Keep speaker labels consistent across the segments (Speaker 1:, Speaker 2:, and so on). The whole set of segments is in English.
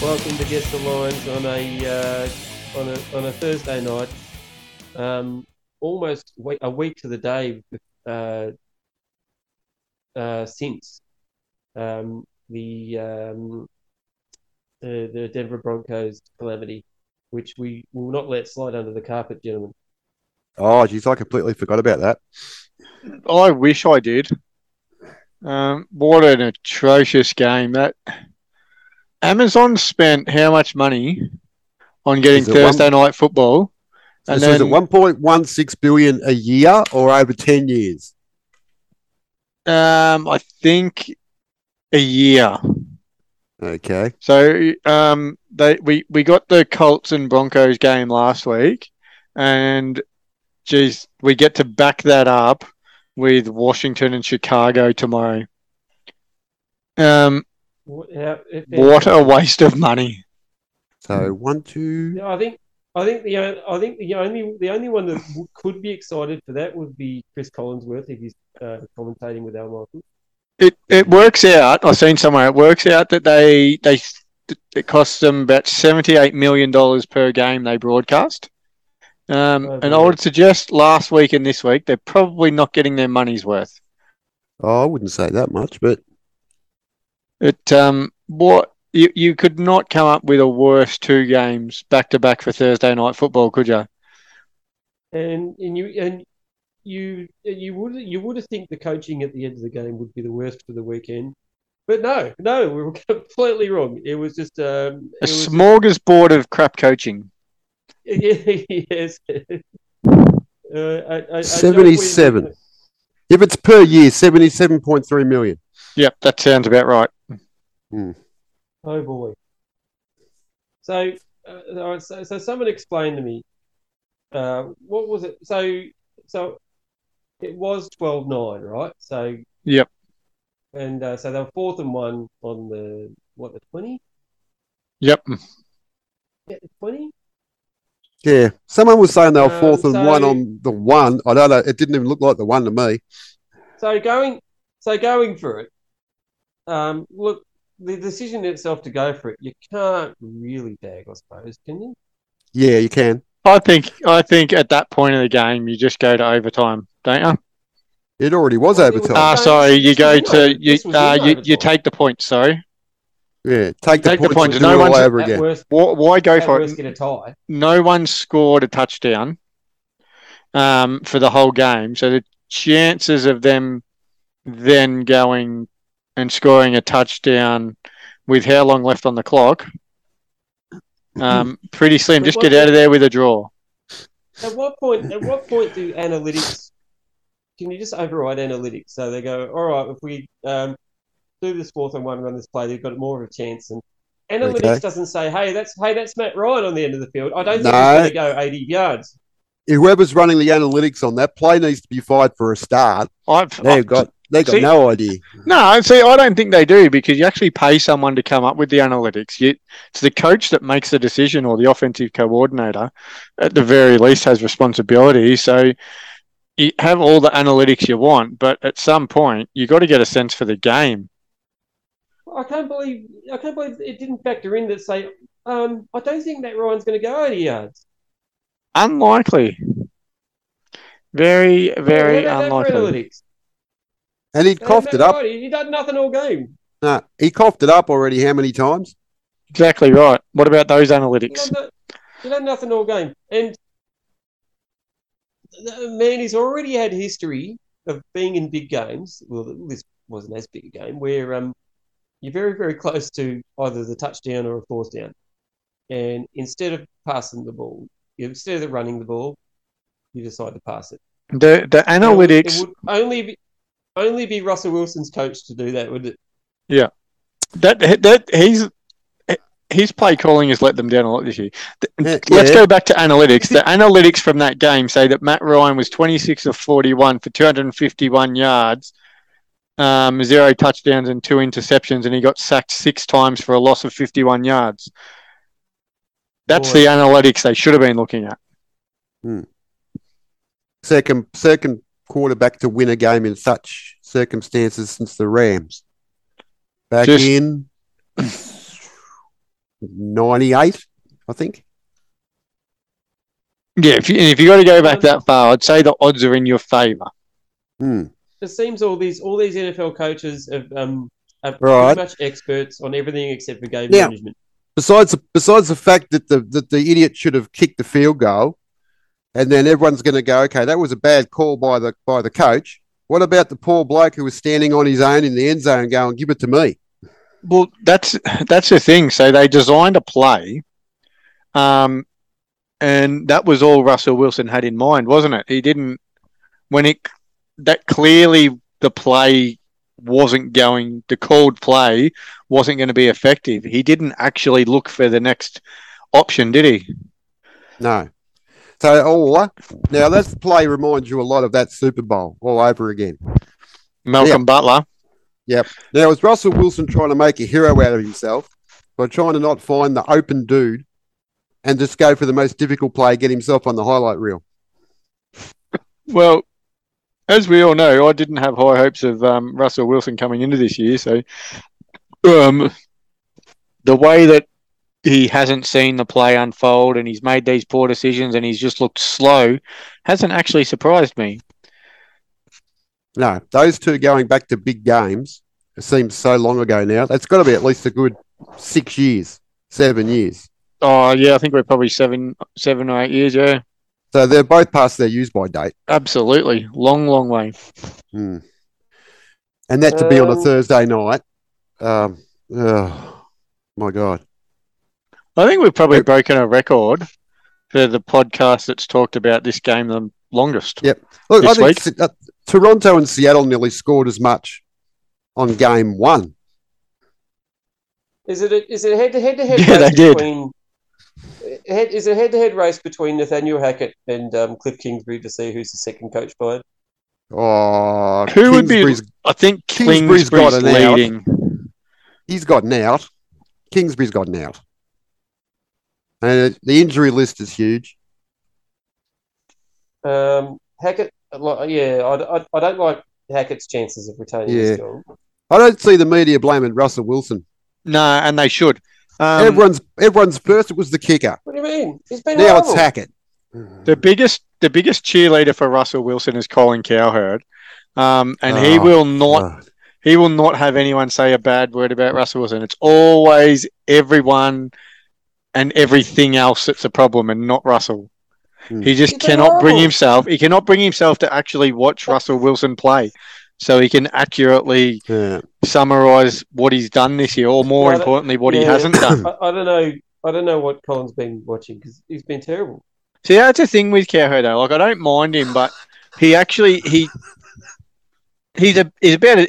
Speaker 1: Welcome to Guess the Lines on a uh, on a on a Thursday night, um, almost we- a week to the day uh, uh, since um, the um, the the Denver Broncos calamity, which we will not let slide under the carpet, gentlemen.
Speaker 2: Oh, geez, I completely forgot about that.
Speaker 3: I wish I did. Um, what an atrocious game that. Amazon spent how much money on getting
Speaker 2: Is it
Speaker 3: Thursday night football?
Speaker 2: this was at 1.16 billion a year or over 10 years.
Speaker 3: um, I think a year.
Speaker 2: Okay.
Speaker 3: So um, they we we got the Colts and Broncos game last week, and geez, we get to back that up with Washington and Chicago tomorrow. Um,
Speaker 1: What, how, if,
Speaker 3: what a waste of money!
Speaker 2: So
Speaker 3: Hmm.
Speaker 2: one, two.
Speaker 1: Yeah, I think I think the on- I think the only the only one that w- could be excited for that would be Chris Collinsworth if he's uh, commentating with Al Michaels.
Speaker 3: It it works out. I've seen somewhere it works out that they they it costs them about seventy eight million dollars per game they broadcast. Um,
Speaker 1: Oh,
Speaker 3: and I
Speaker 1: really?
Speaker 3: would suggest last week and this week they're probably not getting their money's worth.
Speaker 2: Oh, I wouldn't say that much, but
Speaker 3: It um what you you could not come up with a worse two games back to back for Thursday night football, could you?
Speaker 1: And and you and you you would you would think the coaching at the end of the game would be the worst for the weekend, but no, no, we were completely wrong. It was just um, it
Speaker 3: A
Speaker 1: was
Speaker 3: smorgasbord of crap coaching.
Speaker 1: yes. Uh, I- I- I don't win.
Speaker 2: 77. if it's per year, 77.3 million.
Speaker 3: Yep, that sounds about right.
Speaker 1: Oh boy. So, uh, all right, so, so someone explained to me, uh, what was it? So, so it was 12-9, right? So,
Speaker 3: Yep.
Speaker 1: and uh, so they were fourth and one on the, what, the 20?
Speaker 3: Yep.
Speaker 1: Yeah, the 20?
Speaker 2: Yeah. Someone was saying they were
Speaker 1: Um,
Speaker 2: fourth and
Speaker 1: so-
Speaker 2: one on the one. I don't know. It didn't even look like the one to me.
Speaker 1: So going, so going for it. Um, look, the decision itself to go for it, you can't really bag, I suppose, can you?
Speaker 2: Yeah, you can.
Speaker 3: I think I think at that point of the game you just go to overtime, don't you?
Speaker 2: It already was
Speaker 1: Well, it was-
Speaker 2: overtime.
Speaker 3: Ah,
Speaker 1: no,
Speaker 3: sorry,
Speaker 1: this
Speaker 3: you
Speaker 1: was
Speaker 3: go
Speaker 1: in
Speaker 3: to
Speaker 1: over-
Speaker 3: you
Speaker 1: this was in
Speaker 3: uh, you, you
Speaker 1: overtime.
Speaker 3: take the points, sorry.
Speaker 2: yeah. Take the
Speaker 3: Take the
Speaker 2: points,
Speaker 3: points.
Speaker 2: and do it
Speaker 3: No
Speaker 2: all
Speaker 3: one's-
Speaker 2: over
Speaker 1: At
Speaker 2: again.
Speaker 1: worst,
Speaker 3: Why, why go
Speaker 1: at
Speaker 3: for
Speaker 1: worst
Speaker 3: it?
Speaker 1: get a tie.
Speaker 3: No one scored a touchdown um, for the whole game, so the chances of them then going and scoring a touchdown with how long left on the clock, um, pretty slim.
Speaker 1: But
Speaker 3: Just
Speaker 1: what
Speaker 3: get
Speaker 1: the-
Speaker 3: out of there with a draw.
Speaker 1: At what point? At what point do analytics? Can you just override analytics? So they go, all right, if we um, do this fourth and one run this play, they've got more of a chance. And analytics
Speaker 2: Okay.
Speaker 1: doesn't say, hey, that's hey, that's Matt Ryan on the end of the field. I don't
Speaker 2: No.
Speaker 1: think he's going to go 80 yards.
Speaker 2: Whoever's running the analytics on that play needs to be fired for a start.
Speaker 3: I've
Speaker 2: They've got they got
Speaker 3: Oh, See-
Speaker 2: no idea.
Speaker 3: no. See, I don't think they do because you actually pay someone to come up with the analytics. You, it's the coach that makes the decision, or the offensive coordinator, at the very least, has responsibility. So. You have all the analytics you want, but at some point you got to get a sense for the game.
Speaker 1: I can't believe I can't believe it didn't factor in that say, um, I don't think Matt Ryan's going to go 80 yards.
Speaker 3: Unlikely, very,
Speaker 1: What
Speaker 3: very
Speaker 1: about that for
Speaker 3: unlikely.
Speaker 1: analytics?
Speaker 2: And he
Speaker 1: Hey,
Speaker 2: coughed
Speaker 1: Matt
Speaker 2: it up.
Speaker 1: Ryan, he done nothing all game.
Speaker 2: Nah, he coughed it up already. How many times?
Speaker 3: Exactly right. What about those
Speaker 1: You know,
Speaker 3: analytics?
Speaker 1: no- you know nothing all game. And uh, man, he's already had history of being in big games. Well, this wasn't as big a game where um, you're very, very close to either the touchdown or a fourth down. And instead of passing the ball, instead of running the ball, you decide to pass it.
Speaker 3: The the analytics
Speaker 1: It would only be, only be Russell Wilson's coach to do that, would it?
Speaker 3: that that he's his play calling has let them down a lot this year. The-
Speaker 2: Yeah,
Speaker 3: Let's
Speaker 2: yeah.
Speaker 3: go back to analytics. The analytics from that game say that Matt Ryan was 26 of 41 for 251 yards, um, zero touchdowns and two interceptions, and he got sacked six times for a loss of 51 yards. That's
Speaker 1: Boy.
Speaker 3: the analytics they should have been looking at.
Speaker 2: Second second quarterback to win a game in such circumstances since the Rams. Back
Speaker 3: Just-
Speaker 2: in 98, I think.
Speaker 3: Yeah, if you, if you got to go back that far, I'd say the odds are in your favour.
Speaker 2: Hmm.
Speaker 4: It seems all these all these NFL coaches have, um, are
Speaker 2: Right.
Speaker 4: pretty much experts on everything except for game
Speaker 2: Now-
Speaker 4: management.
Speaker 2: Besides, besides the fact that the that the idiot should have kicked the field goal, and then everyone's going to go, okay, that was a bad call by the by the coach. What about the poor bloke who was standing on his own in the end zone, going, "Give it to me"?
Speaker 3: Well, that's that's the thing. So they designed a play, um, and that was all Russell Wilson had in mind, wasn't it? He didn't when it that clearly the play wasn't going. The called play wasn't going to be effective. He didn't actually look for the next option, did he?
Speaker 2: No. So, or now that play reminds you a lot of that Super Bowl all over again.
Speaker 3: Malcolm Butler.
Speaker 2: Now, was Russell Wilson trying to make a hero out of himself by trying to not find the open dude and just go for the most difficult play, get himself on the highlight reel?
Speaker 3: Well, as we all know, I didn't have high hopes of um, Russell Wilson coming into this year. So, um, the way that he hasn't seen the play unfold and he's made these poor decisions and he's just looked slow hasn't actually surprised me.
Speaker 2: No, those two going back to big games it seems so long ago now. That's got to be at least a good six years, seven years.
Speaker 3: Oh yeah, I think we're probably seven, seven or eight years. Yeah,
Speaker 2: So they're both past their use by date.
Speaker 3: absolutely, long, long way.
Speaker 2: Hmm. And that to be on a
Speaker 4: Um,
Speaker 2: Thursday night. Um, oh, my God.
Speaker 3: I think we've probably broken a record for the podcast that's talked about this game the longest.
Speaker 2: Yeah. Look, I
Speaker 3: This
Speaker 2: think Se- uh, Toronto and Seattle nearly scored as much on game one.
Speaker 4: Is it a, is it a head-to-head to head
Speaker 3: Yeah, they
Speaker 4: race
Speaker 3: did.
Speaker 4: between? eh, Head, is it a head-to-head race between Nathaniel Hackett and um, Cliff Kingsbury to see who's the second coach behind?
Speaker 2: Oh,
Speaker 3: Who would be-
Speaker 2: Kingsbury's-
Speaker 3: I think
Speaker 2: Kingsbury's
Speaker 3: Kingsbury's,
Speaker 2: got an out.
Speaker 3: leading.
Speaker 2: He's got an out. Kingsbury's got an out. And uh, the injury list is huge.
Speaker 4: Um, Hackett, like, yeah, I, I, I don't like Hackett's chances of retaining
Speaker 2: Yeah.
Speaker 4: his job.
Speaker 2: I don't see the media blaming Russell Wilson.
Speaker 3: No, and they should. Um,
Speaker 2: everyone's everyone's first it was the kicker.
Speaker 4: What do you mean? He's been
Speaker 2: Now
Speaker 4: horrible.
Speaker 2: it's Hackett.
Speaker 3: the biggest, the biggest cheerleader for Russell Wilson is Colin Cowherd, um, and he
Speaker 2: Oh,
Speaker 3: will not,
Speaker 2: Oh,
Speaker 3: he will not have anyone say a bad word about Russell Wilson. It's always everyone and everything else that's a problem, and not Russell.
Speaker 2: Hmm.
Speaker 3: He just
Speaker 4: He's been
Speaker 3: cannot bring
Speaker 4: horrible.
Speaker 3: himself. He cannot bring himself to actually watch Russell Wilson play, so he can accurately
Speaker 2: yeah.
Speaker 3: summarize what he's done this year, or more
Speaker 4: Well, that-
Speaker 3: importantly, what he
Speaker 4: yeah.
Speaker 3: hasn't done.
Speaker 4: I, I don't know. I don't know what Colin's been watching because he's been terrible.
Speaker 3: See, that's the thing with Cowherd though. Like, I don't mind him, but he actually he he's a he's about a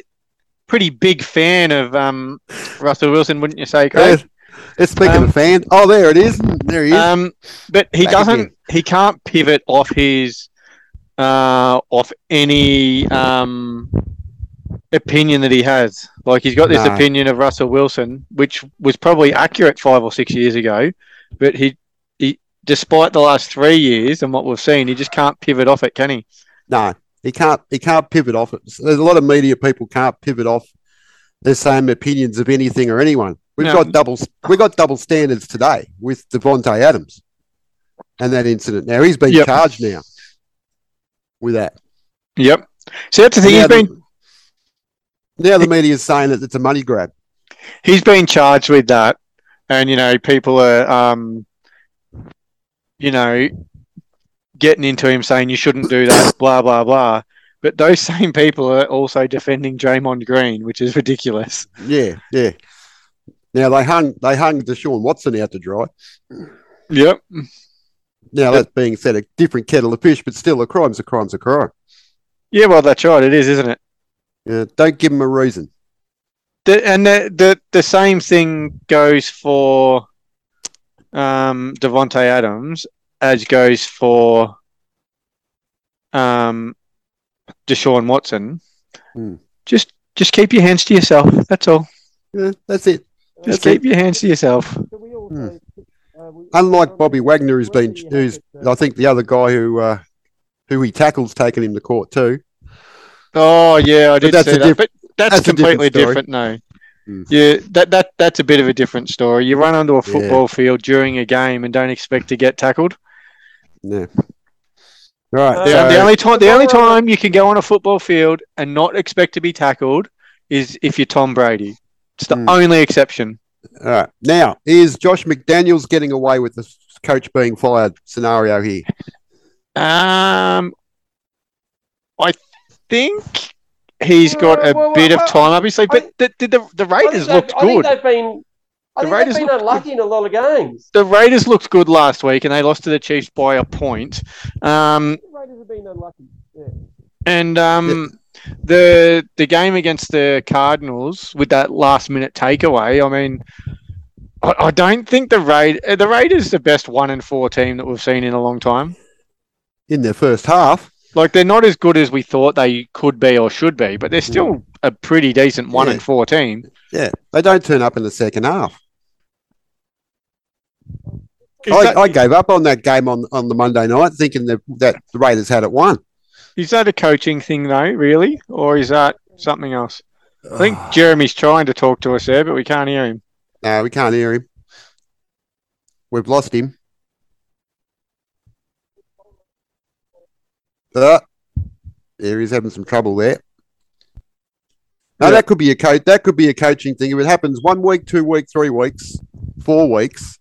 Speaker 3: pretty big fan of um Russell Wilson, wouldn't you say,
Speaker 2: Uh,
Speaker 3: Craig?
Speaker 2: It's speaking
Speaker 3: Um,
Speaker 2: of fan. Oh, there it is. There he is.
Speaker 3: Um, but he
Speaker 2: Back
Speaker 3: doesn't.
Speaker 2: again.
Speaker 3: He can't pivot off his uh off any um opinion that he has. Like, he's got this
Speaker 2: No.
Speaker 3: opinion of Russell Wilson, which was probably accurate five or six years ago, but he. he Despite the last three years and what we've seen, he just can't pivot off it, can he?
Speaker 2: No, he can't. He can't pivot off it. There's a lot of media people can't pivot off their same opinions of anything or anyone. We've
Speaker 3: No.
Speaker 2: got double. We got double standards today with Devonte Adams and that incident. Now he's been
Speaker 3: Yep.
Speaker 2: charged now with that.
Speaker 3: Yep. So that's the thing.
Speaker 2: now,
Speaker 3: He's been
Speaker 2: the, now the media's saying that it's a money grab.
Speaker 3: he's been charged with that, and you know people are um, you know, getting into him saying you shouldn't do that, blah blah blah. But those same people are also defending Draymond Green, which is ridiculous.
Speaker 2: Yeah, yeah. Now they hung. They hung Deshaun Watson out to dry.
Speaker 3: Yep.
Speaker 2: Now that being said, a different kettle of fish, but still, a crime's a crime's a crime.
Speaker 3: Yeah. Well, that's right. It is, isn't it?
Speaker 2: Yeah, don't give him a reason.
Speaker 3: The, and the, the the same thing goes for um, Devonte Adams as goes for um, Deshaun Watson.
Speaker 2: Hmm.
Speaker 3: Just just keep your hands to yourself. That's all.
Speaker 2: Yeah, that's it.
Speaker 3: Just
Speaker 2: That's it.
Speaker 3: keep your hands to yourself.
Speaker 2: Hmm.
Speaker 1: uh,
Speaker 2: Unlike Bobby Wagner, who's been, who's, I think the other guy who, uh, who he tackles, taking him to court too.
Speaker 3: Oh yeah, I did
Speaker 2: that's
Speaker 3: see
Speaker 2: a
Speaker 3: that.
Speaker 2: diff-
Speaker 3: but that's,
Speaker 2: that's a different
Speaker 3: completely
Speaker 2: story.
Speaker 3: different, no.
Speaker 2: Mm.
Speaker 3: Yeah, that that that's a bit of a different story. You run onto a football field during a game and don't expect to get tackled.
Speaker 2: Yeah. All right.
Speaker 1: Uh,
Speaker 3: The,
Speaker 1: Yeah.
Speaker 3: the
Speaker 2: so-
Speaker 3: only time the
Speaker 1: Well,
Speaker 3: only
Speaker 1: well, well.
Speaker 3: time you can go on a football field and not expect to be tackled is if you're Tom Brady. It's the
Speaker 2: Hmm.
Speaker 3: only exception.
Speaker 2: All right. Now, is Josh McDaniels getting away with the coach being fired scenario here?
Speaker 3: Um, I think he's got
Speaker 1: Well,
Speaker 3: a
Speaker 1: well,
Speaker 3: bit
Speaker 1: well,
Speaker 3: of time up his sleeve. But
Speaker 1: I-
Speaker 3: the, did the the
Speaker 1: I think
Speaker 3: Raiders
Speaker 1: they've-
Speaker 3: looked
Speaker 1: I think
Speaker 3: good.
Speaker 1: they've been. I
Speaker 3: The
Speaker 1: think
Speaker 3: Raiders
Speaker 1: they've been
Speaker 3: looked
Speaker 1: unlucky in a lot of games.
Speaker 3: The Raiders looked good last week, and they lost to the Chiefs by a point. Um,
Speaker 1: The Raiders have been unlucky. Yeah.
Speaker 3: and um, the the game against the Cardinals with that last minute takeaway. I mean, I, I don't think the Raid uh, the Raiders the best one and four team that we've seen in a long time.
Speaker 2: In the first half,
Speaker 3: Like they're not as good as we thought they could be or should be, but they're still a pretty decent one
Speaker 2: Yeah.
Speaker 3: and four team.
Speaker 2: yeah, they don't turn up in the second half. I, I gave up on that game on, on the Monday night, thinking that, that the Raiders had it won.
Speaker 3: Is that a coaching thing though, really, or is that something else? I think
Speaker 1: Ah.
Speaker 3: Jeremy's trying to talk to us there, but we can't hear him.
Speaker 2: no, Uh, we can't hear him. We've lost him. Ah, there he's having some trouble there. No,
Speaker 3: Yeah.
Speaker 2: that could be a coach. That could be a coaching thing. If it happens one week, two weeks, three weeks, four weeks,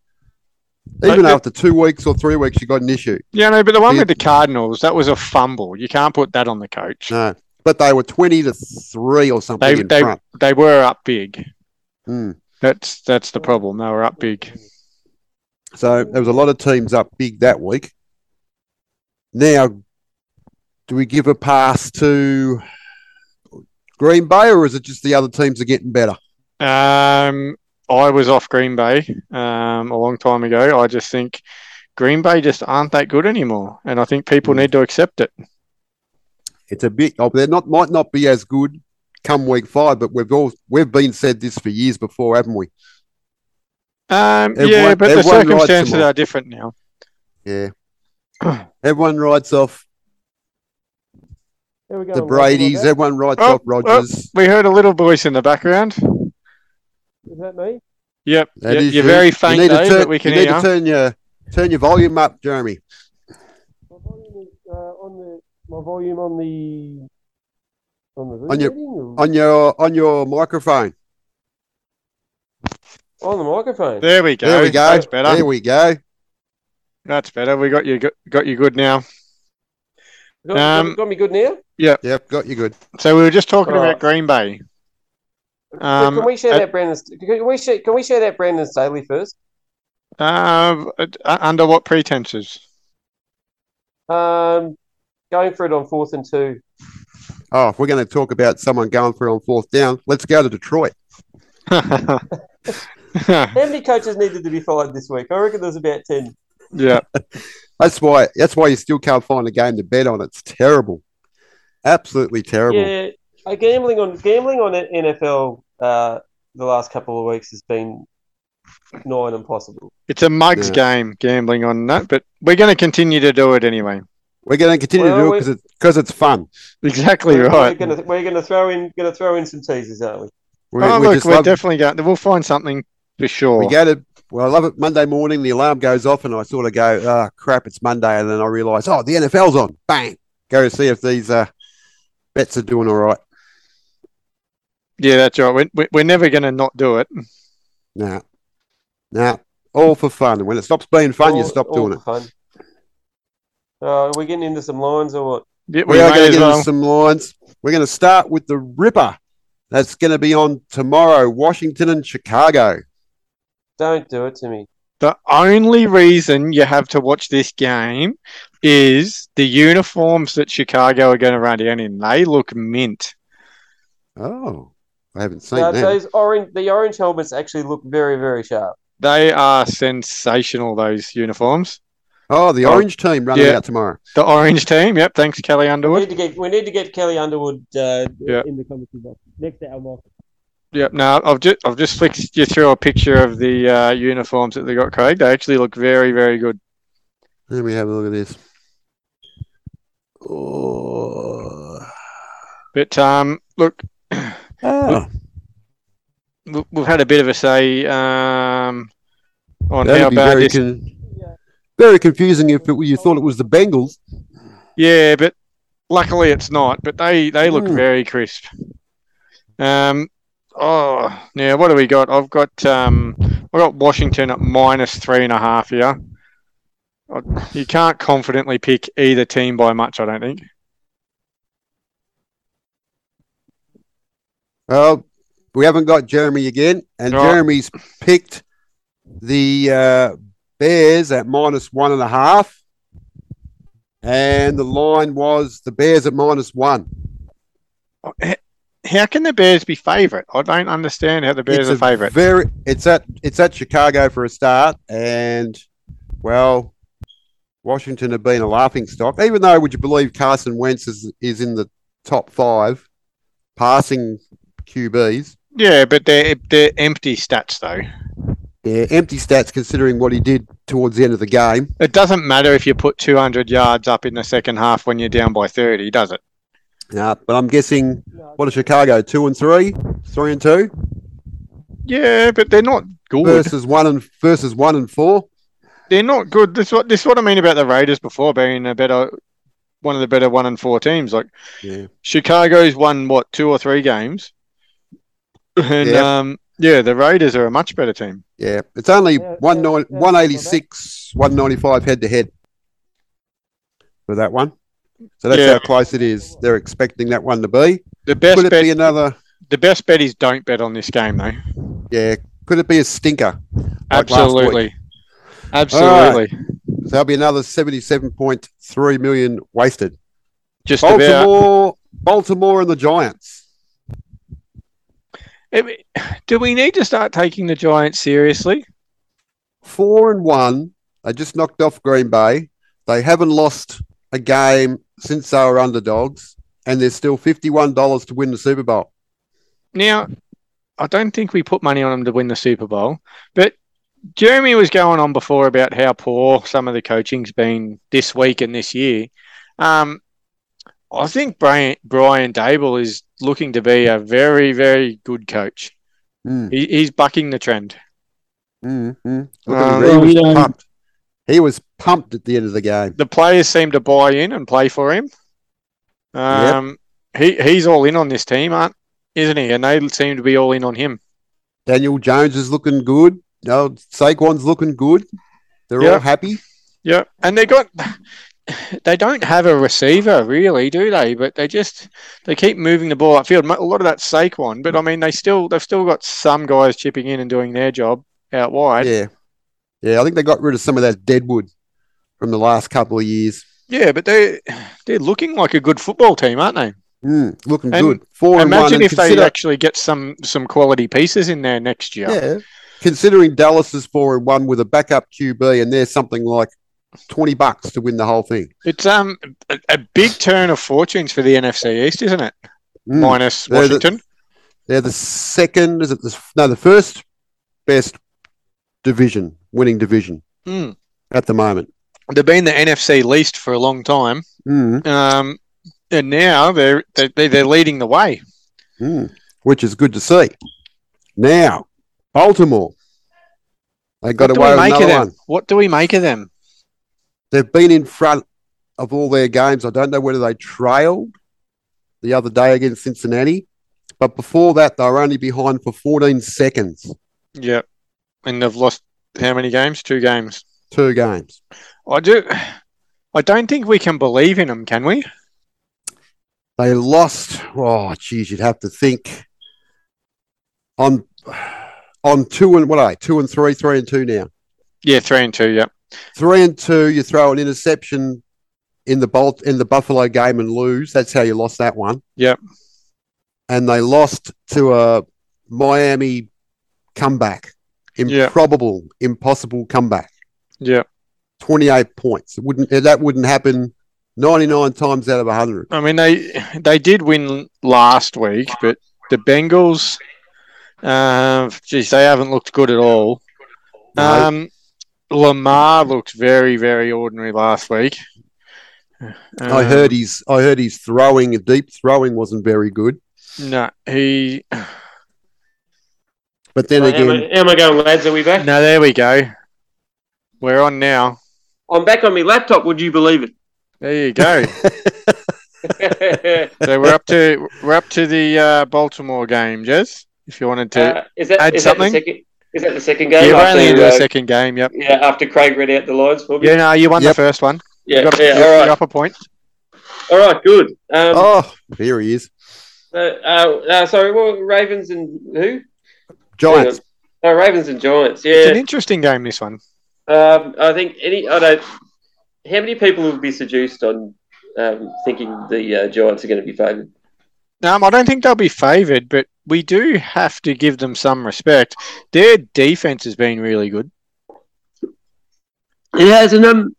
Speaker 2: even
Speaker 3: Okay.
Speaker 2: after two weeks or three weeks, you got an issue.
Speaker 3: Yeah, no, but the one
Speaker 2: Yeah.
Speaker 3: with the Cardinals that was a fumble. You can't put that on the coach.
Speaker 2: No, but they were twenty to three or something
Speaker 3: They-
Speaker 2: in
Speaker 3: they-
Speaker 2: front.
Speaker 3: They were up big.
Speaker 2: Hmm.
Speaker 3: That's that's the problem. They were up big.
Speaker 2: So there was a lot of teams up big that week. Now, do we give a pass to Green Bay, or is it just the other teams are getting better?
Speaker 3: Um, I was off Green Bay um, a long time ago. I just think Green Bay just aren't that good anymore, and I think people
Speaker 2: Hmm.
Speaker 3: need to accept it.
Speaker 2: It's a bit. Oh, they're not might not be as good come week five, but we've all we've been said this for years before, haven't we?
Speaker 3: Um,
Speaker 2: Everyone-
Speaker 3: yeah, but the
Speaker 2: everyone rides them
Speaker 3: circumstances
Speaker 2: off.
Speaker 3: are different now.
Speaker 2: Yeah. Everyone writes off
Speaker 1: Here we go.
Speaker 2: the
Speaker 1: I'm writing
Speaker 2: Brady's.
Speaker 1: all that.
Speaker 2: Everyone writes
Speaker 3: Oh,
Speaker 2: off Rogers.
Speaker 3: We heard a little voice in the background.
Speaker 1: Is that me?
Speaker 3: Yep,
Speaker 2: That
Speaker 3: you're,
Speaker 2: is
Speaker 3: you're
Speaker 2: you.
Speaker 3: very
Speaker 2: You
Speaker 3: faint
Speaker 2: need to
Speaker 3: though,
Speaker 2: turn-
Speaker 3: but we can
Speaker 2: you need
Speaker 3: hear
Speaker 2: to
Speaker 3: you.
Speaker 2: turn your turn your volume up, Jeremy.
Speaker 1: My volume is uh, on the. My volume on the. On the.
Speaker 2: On your-
Speaker 1: meeting or-
Speaker 2: On your on your microphone.
Speaker 1: on the microphone.
Speaker 3: There we go.
Speaker 2: There we go.
Speaker 3: That's better.
Speaker 2: There we go.
Speaker 3: That's better. We got you. Got, got you good now.
Speaker 1: Got, got-
Speaker 3: Um,
Speaker 1: got me good now.
Speaker 2: Yep, got you good.
Speaker 3: So we were just talking
Speaker 1: Right.
Speaker 3: about Green Bay.
Speaker 1: Look,
Speaker 3: Um,
Speaker 1: can we share
Speaker 3: uh,
Speaker 1: that Brandon? Can we share? Can we share that Brandon Staley first?
Speaker 3: uh, uh, under what pretenses?
Speaker 1: Um, going for it on fourth and two.
Speaker 2: Oh, if we're going to talk about someone going for it on fourth down, let's go to Detroit.
Speaker 1: How many coaches needed to be fired this week? I reckon there's about ten.
Speaker 3: yeah.
Speaker 2: That's why. That's why you still can't find a game to bet on. It's terrible, absolutely terrible.
Speaker 1: Yeah, uh, gambling on gambling on NFL uh, the last couple of weeks has been nigh impossible.
Speaker 3: It's a mugs
Speaker 2: Yeah.
Speaker 3: game, gambling on that, but we're going to continue to do it anyway.
Speaker 2: We're going to continue
Speaker 1: Well,
Speaker 2: to
Speaker 1: we-
Speaker 2: do it because it's fun.
Speaker 3: Exactly
Speaker 1: We're
Speaker 3: right.
Speaker 1: gonna we're gonna throw in gonna throw in some teasers, aren't we?
Speaker 2: We,
Speaker 3: oh,
Speaker 2: we
Speaker 3: look,
Speaker 2: just
Speaker 3: we're
Speaker 2: love.
Speaker 3: definitely going. We'll find something for sure.
Speaker 2: we go to. Well, I love it. Monday morning, the alarm goes off, and I sort of go, "Ah, crap, it's Monday," and then I realise, "Oh, the NFL's on!" Bang, go to see if these uh, bets are doing all right.
Speaker 3: yeah, that's right. We're- We're, we're never going to not do it.
Speaker 2: Nah, nah, all for fun. And when it stops being fun, you
Speaker 1: All-
Speaker 2: stop
Speaker 1: all
Speaker 2: doing it.
Speaker 1: for Fun. Uh, we're getting into some lines or what?
Speaker 3: Yeah,
Speaker 2: We,
Speaker 3: we
Speaker 2: are
Speaker 3: may
Speaker 2: going to
Speaker 3: as
Speaker 2: get
Speaker 3: well.
Speaker 2: into some lines. We're going to start with the Ripper. That's going to be on tomorrow, Washington and Chicago.
Speaker 1: Don't do it to me.
Speaker 3: The only reason you have to watch this game is the uniforms that Chicago are going to run down in. They look mint.
Speaker 2: Oh, I haven't seen
Speaker 1: No,
Speaker 2: that.
Speaker 1: those orange, the orange helmets actually look very, very sharp.
Speaker 3: They are sensational. Those uniforms.
Speaker 2: Oh, the
Speaker 3: Oh,
Speaker 2: Orange team running
Speaker 3: yeah.
Speaker 2: out tomorrow.
Speaker 3: The orange team. Yep. Thanks, Kelly
Speaker 1: We
Speaker 3: Underwood.
Speaker 1: need to get, we need to get Kelly Underwood uh,
Speaker 3: Yeah.
Speaker 1: in the commentary box next to our mic.
Speaker 3: Yep. Now I've just I've just flicked you through a picture of the uh, uniforms that they got, Craig. They actually look very very good.
Speaker 2: Let me have a look at this. Oh, Ah.
Speaker 3: But um, look,
Speaker 2: Oh,
Speaker 3: we- we've had a bit of a say um, on
Speaker 2: That'd
Speaker 3: how
Speaker 2: be
Speaker 3: bad
Speaker 2: very,
Speaker 3: this.
Speaker 2: con-
Speaker 1: uh,
Speaker 2: very confusing if it, were- you thought it was the Bengals.
Speaker 3: Yeah, but luckily it's not. But they they look
Speaker 2: Mm.
Speaker 3: very crisp. Um. Oh, now what do we got? I've got um, I got Washington at minus three and a half here. I- You can't confidently pick either team by much, I don't think.
Speaker 2: Well, we haven't got Jeremy again, and
Speaker 3: No.
Speaker 2: Jeremy's picked the uh, Bears at minus one and a half, and the line was the Bears at minus one.
Speaker 3: H- How can the Bears be favourite? I don't understand how the Bears
Speaker 2: it's
Speaker 3: are favourite.
Speaker 2: Very, it's at it's at Chicago for a start, and well, Washington have been a laughing stock. Even though, would you believe Carson Wentz is is in the top five passing QBs?
Speaker 3: Yeah, but they're they're empty stats though.
Speaker 2: Yeah, empty stats considering what he did towards the end of the game.
Speaker 3: It doesn't matter if you put 200 yards up in the second half when you're down by 30, does it?
Speaker 2: Uh, but I'm guessing what are Chicago two and three, three and two
Speaker 3: Yeah, but they're not good.
Speaker 2: versus one and versus one and four.
Speaker 3: They're not good. This what this is what I mean about the Raiders before being a better one of the better one and four teams. Like
Speaker 2: Yeah,
Speaker 3: Chicago's won what two or three games, and
Speaker 2: Yeah.
Speaker 3: um yeah, the Raiders are a much better team.
Speaker 2: yeah. It's only
Speaker 4: Yeah,
Speaker 2: one
Speaker 4: yeah,
Speaker 2: nine
Speaker 4: yeah,
Speaker 2: one eighty six, one ninety five head to head for that one. So that's
Speaker 3: Yeah.
Speaker 2: how close it is. They're expecting that one to be.
Speaker 3: The best
Speaker 2: could it
Speaker 3: bet,
Speaker 2: be another?
Speaker 3: the best bet is don't bet on this game though.
Speaker 2: Yeah. Could it be a stinker? Like last week.
Speaker 3: Absolutely, absolutely.
Speaker 2: So that'll be another seventy seven point three million wasted.
Speaker 3: Just about.
Speaker 2: Baltimore, Baltimore, and the Giants.
Speaker 3: It- do we need to start taking the Giants seriously?
Speaker 2: four and one. They just knocked off Green Bay. They haven't lost a game since they were underdogs, and they're still fifty-one dollars to win the Super Bowl.
Speaker 3: Now, I don't think we put money on them to win the Super Bowl, but Jeremy was going on before about how poor some of the coaching's been this week and this year. Um, I think Brian, Brian Dable is looking to be a very, very good coach.
Speaker 2: Mm,
Speaker 3: He, he's bucking the trend.
Speaker 2: mm, mm. Look
Speaker 3: Um,
Speaker 2: at him. He
Speaker 4: Well, we,
Speaker 2: was
Speaker 4: um,
Speaker 2: pumped. He was pumped at the end of the game.
Speaker 3: The players seem to buy in and play for him. Um, he, he's all in on this team, aren't, isn't he? And they seem to be all in on him.
Speaker 2: Daniel Jones is looking good. No, Saquon's looking good. They're all
Speaker 3: Yep.
Speaker 2: happy.
Speaker 3: Yeah, and they got they don't have a receiver really, do they? But they just they keep moving the ball upfield. Mo- A lot of that's Saquon, but I mean they still they've still got some guys chipping in and doing their job out wide. Yeah,
Speaker 2: Yeah, yeah. I think they got rid of some of that deadwood from the last couple of years.
Speaker 3: but they they're looking like a good football team, aren't they?
Speaker 2: Mm, looking
Speaker 3: And
Speaker 2: good. Four and one.
Speaker 3: Imagine
Speaker 2: and
Speaker 3: if they
Speaker 2: consider-
Speaker 3: actually get some some quality pieces in there next year.
Speaker 2: Yeah. Considering Dallas is four and one with a backup QB, and they're something like twenty bucks to win the whole thing.
Speaker 3: It's um a, a big turn of fortunes for the NFC East, isn't it?
Speaker 2: Mm.
Speaker 3: Minus
Speaker 2: They're the-
Speaker 3: Washington.
Speaker 2: They're the second, is it the no the first best division, winning division
Speaker 3: Mm.
Speaker 2: at the moment.
Speaker 3: They've been the NFC least for a long time.
Speaker 2: Mm.
Speaker 3: Um, and now they're they, they- they're leading the way.
Speaker 2: Mm. Which is good to see. Now, Baltimore. They got
Speaker 3: what do
Speaker 2: away
Speaker 3: we
Speaker 2: with
Speaker 3: make of
Speaker 2: another
Speaker 3: them?
Speaker 2: one.
Speaker 3: What do we make of them?
Speaker 2: They've been in front of all their games. I don't know whether they trailed the other day against Cincinnati, but before that, they were only behind for 14 seconds,
Speaker 3: Yeah, and they've lost how many games? Two games.
Speaker 2: two games.
Speaker 3: I do. I don't think we can believe in them, can we?
Speaker 2: They lost. Oh, geez, you'd have to think on on two and what are they? Two and three, three and two now.
Speaker 3: Yeah, three and two. Yeah,
Speaker 2: Three and two, you throw an interception in the Bolt in the Buffalo game and lose. That's how you lost that one.
Speaker 3: Yep.
Speaker 2: And they lost to a Miami comeback.
Speaker 3: Yep.
Speaker 2: Improbable, impossible comeback.
Speaker 3: yeah.
Speaker 2: Twenty-eight points. It wouldn't that wouldn't happen ninety-nine times out of hundred.
Speaker 3: I mean they they did win last week, but the Bengals, uh, geez, they haven't looked good at all.
Speaker 2: No.
Speaker 3: Um, Lamar looked very very ordinary last week. Um,
Speaker 2: I heard his I heard his throwing, deep throwing wasn't very good.
Speaker 3: No, he.
Speaker 2: But then
Speaker 1: Right, how, am
Speaker 2: again,
Speaker 1: I, how am I going, lads? Are we back?
Speaker 3: Now there we go. We're on now.
Speaker 1: I'm back on my laptop. Would you believe
Speaker 3: There you go.
Speaker 1: it?
Speaker 3: so we're up to we're up to the uh, Baltimore game, Jez. If you wanted to,
Speaker 1: Uh, is that
Speaker 3: add
Speaker 1: is
Speaker 3: something?
Speaker 1: That the second, is that the second game?
Speaker 3: you're only
Speaker 1: after,
Speaker 3: into the
Speaker 1: uh,
Speaker 3: second game. Yep.
Speaker 1: Yeah, after Craig read out the lines for me.
Speaker 3: Yeah, no, you won
Speaker 2: Yep.
Speaker 3: the first one.
Speaker 1: yeah,
Speaker 3: You got a,
Speaker 1: yeah,
Speaker 3: you-
Speaker 1: all
Speaker 3: you
Speaker 1: right,
Speaker 3: got a point.
Speaker 1: all right, good. Um,
Speaker 2: oh, here he is.
Speaker 1: uh, uh, uh, sorry, what, Ravens and who?
Speaker 2: Giants.
Speaker 1: Hang on. Oh, Ravens and Giants.
Speaker 3: It's an
Speaker 1: Yeah,
Speaker 3: interesting game. This one.
Speaker 1: um, I think any. I don't. How many people would be seduced on um, thinking the uh, Giants are going to be favoured?
Speaker 3: Um, I don't think they'll be favoured, but we do have to give them some respect. Their defense has been really good.
Speaker 1: It has, and um,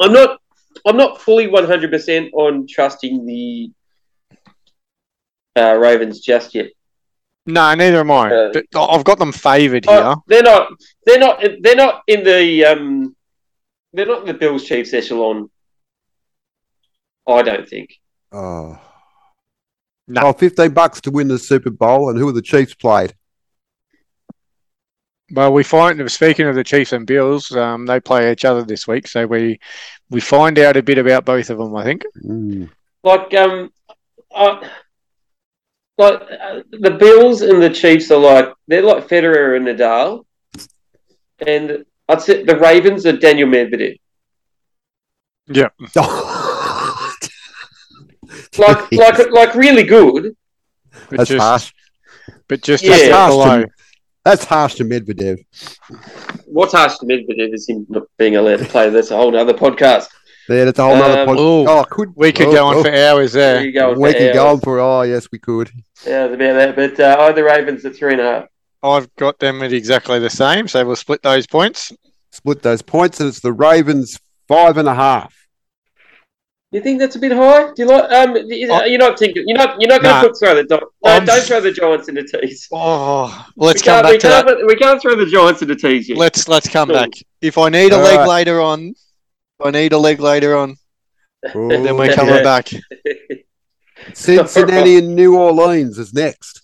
Speaker 1: I'm not. I'm not fully 100% on trusting the uh, Ravens just yet.
Speaker 3: No, neither am I.
Speaker 1: Uh,
Speaker 3: but I- I've got them favoured here.
Speaker 1: Oh, they're not. They're not. They're not in the. Um, they're not in the Bills Chiefs echelon. I don't think.
Speaker 2: Oh.
Speaker 3: No.
Speaker 2: Oh, 15 bucks to win the Super Bowl, and who the Chiefs played?
Speaker 3: Well, we find speaking of the Chiefs and Bills, um, they play each other this week, so we we find out a bit about both of them. I think.
Speaker 2: Mm.
Speaker 1: Like um, I, like uh, the Bills and the Chiefs are like they're like Federer and Nadal, and I'd say the Ravens are Daniel Medvedev. Like like like really good.
Speaker 3: But
Speaker 2: That's
Speaker 3: just,
Speaker 2: harsh.
Speaker 3: But just
Speaker 1: Yeah.
Speaker 3: a step
Speaker 2: That's harsh
Speaker 3: below.
Speaker 2: to- That's harsh to Medvedev.
Speaker 1: What's harsh to Medvedev is him not being allowed to play. That's a whole other podcast.
Speaker 2: Yeah, that's a whole other
Speaker 1: Um,
Speaker 2: pod-
Speaker 3: ooh,
Speaker 2: Oh, I could
Speaker 3: We could
Speaker 2: oh,
Speaker 3: go on
Speaker 2: oh,
Speaker 3: for hours there.
Speaker 1: We're going for
Speaker 2: We could go
Speaker 1: hours.
Speaker 2: on for. Oh, yes, we could.
Speaker 1: Yeah, it's about that. But uh, oh, the Ravens are three and a half.
Speaker 3: I've got them at exactly the same, so we'll split those points.
Speaker 2: Split those points, and it's the Ravens five and a half.
Speaker 1: You think that's a bit high? Do you like? Um, you-
Speaker 3: I-
Speaker 1: you're not thinking. You're not. You're not going
Speaker 3: Oh. Nah.
Speaker 1: to put throw the. Gi- No,
Speaker 3: I'm-
Speaker 1: don't throw the Giants into tees.
Speaker 3: Oh, let's
Speaker 1: we
Speaker 3: come
Speaker 1: can't.
Speaker 3: back
Speaker 1: We
Speaker 3: to that.
Speaker 1: can't, we can't throw the Giants into tees yet.
Speaker 3: Let's let's come
Speaker 1: Cool.
Speaker 3: back. If I need a
Speaker 2: All
Speaker 3: leg
Speaker 2: right.
Speaker 3: later on, if I need a leg later on, then we're
Speaker 1: Yeah.
Speaker 2: Ooh.
Speaker 3: coming back.
Speaker 2: Cincinnati and New Orleans is next.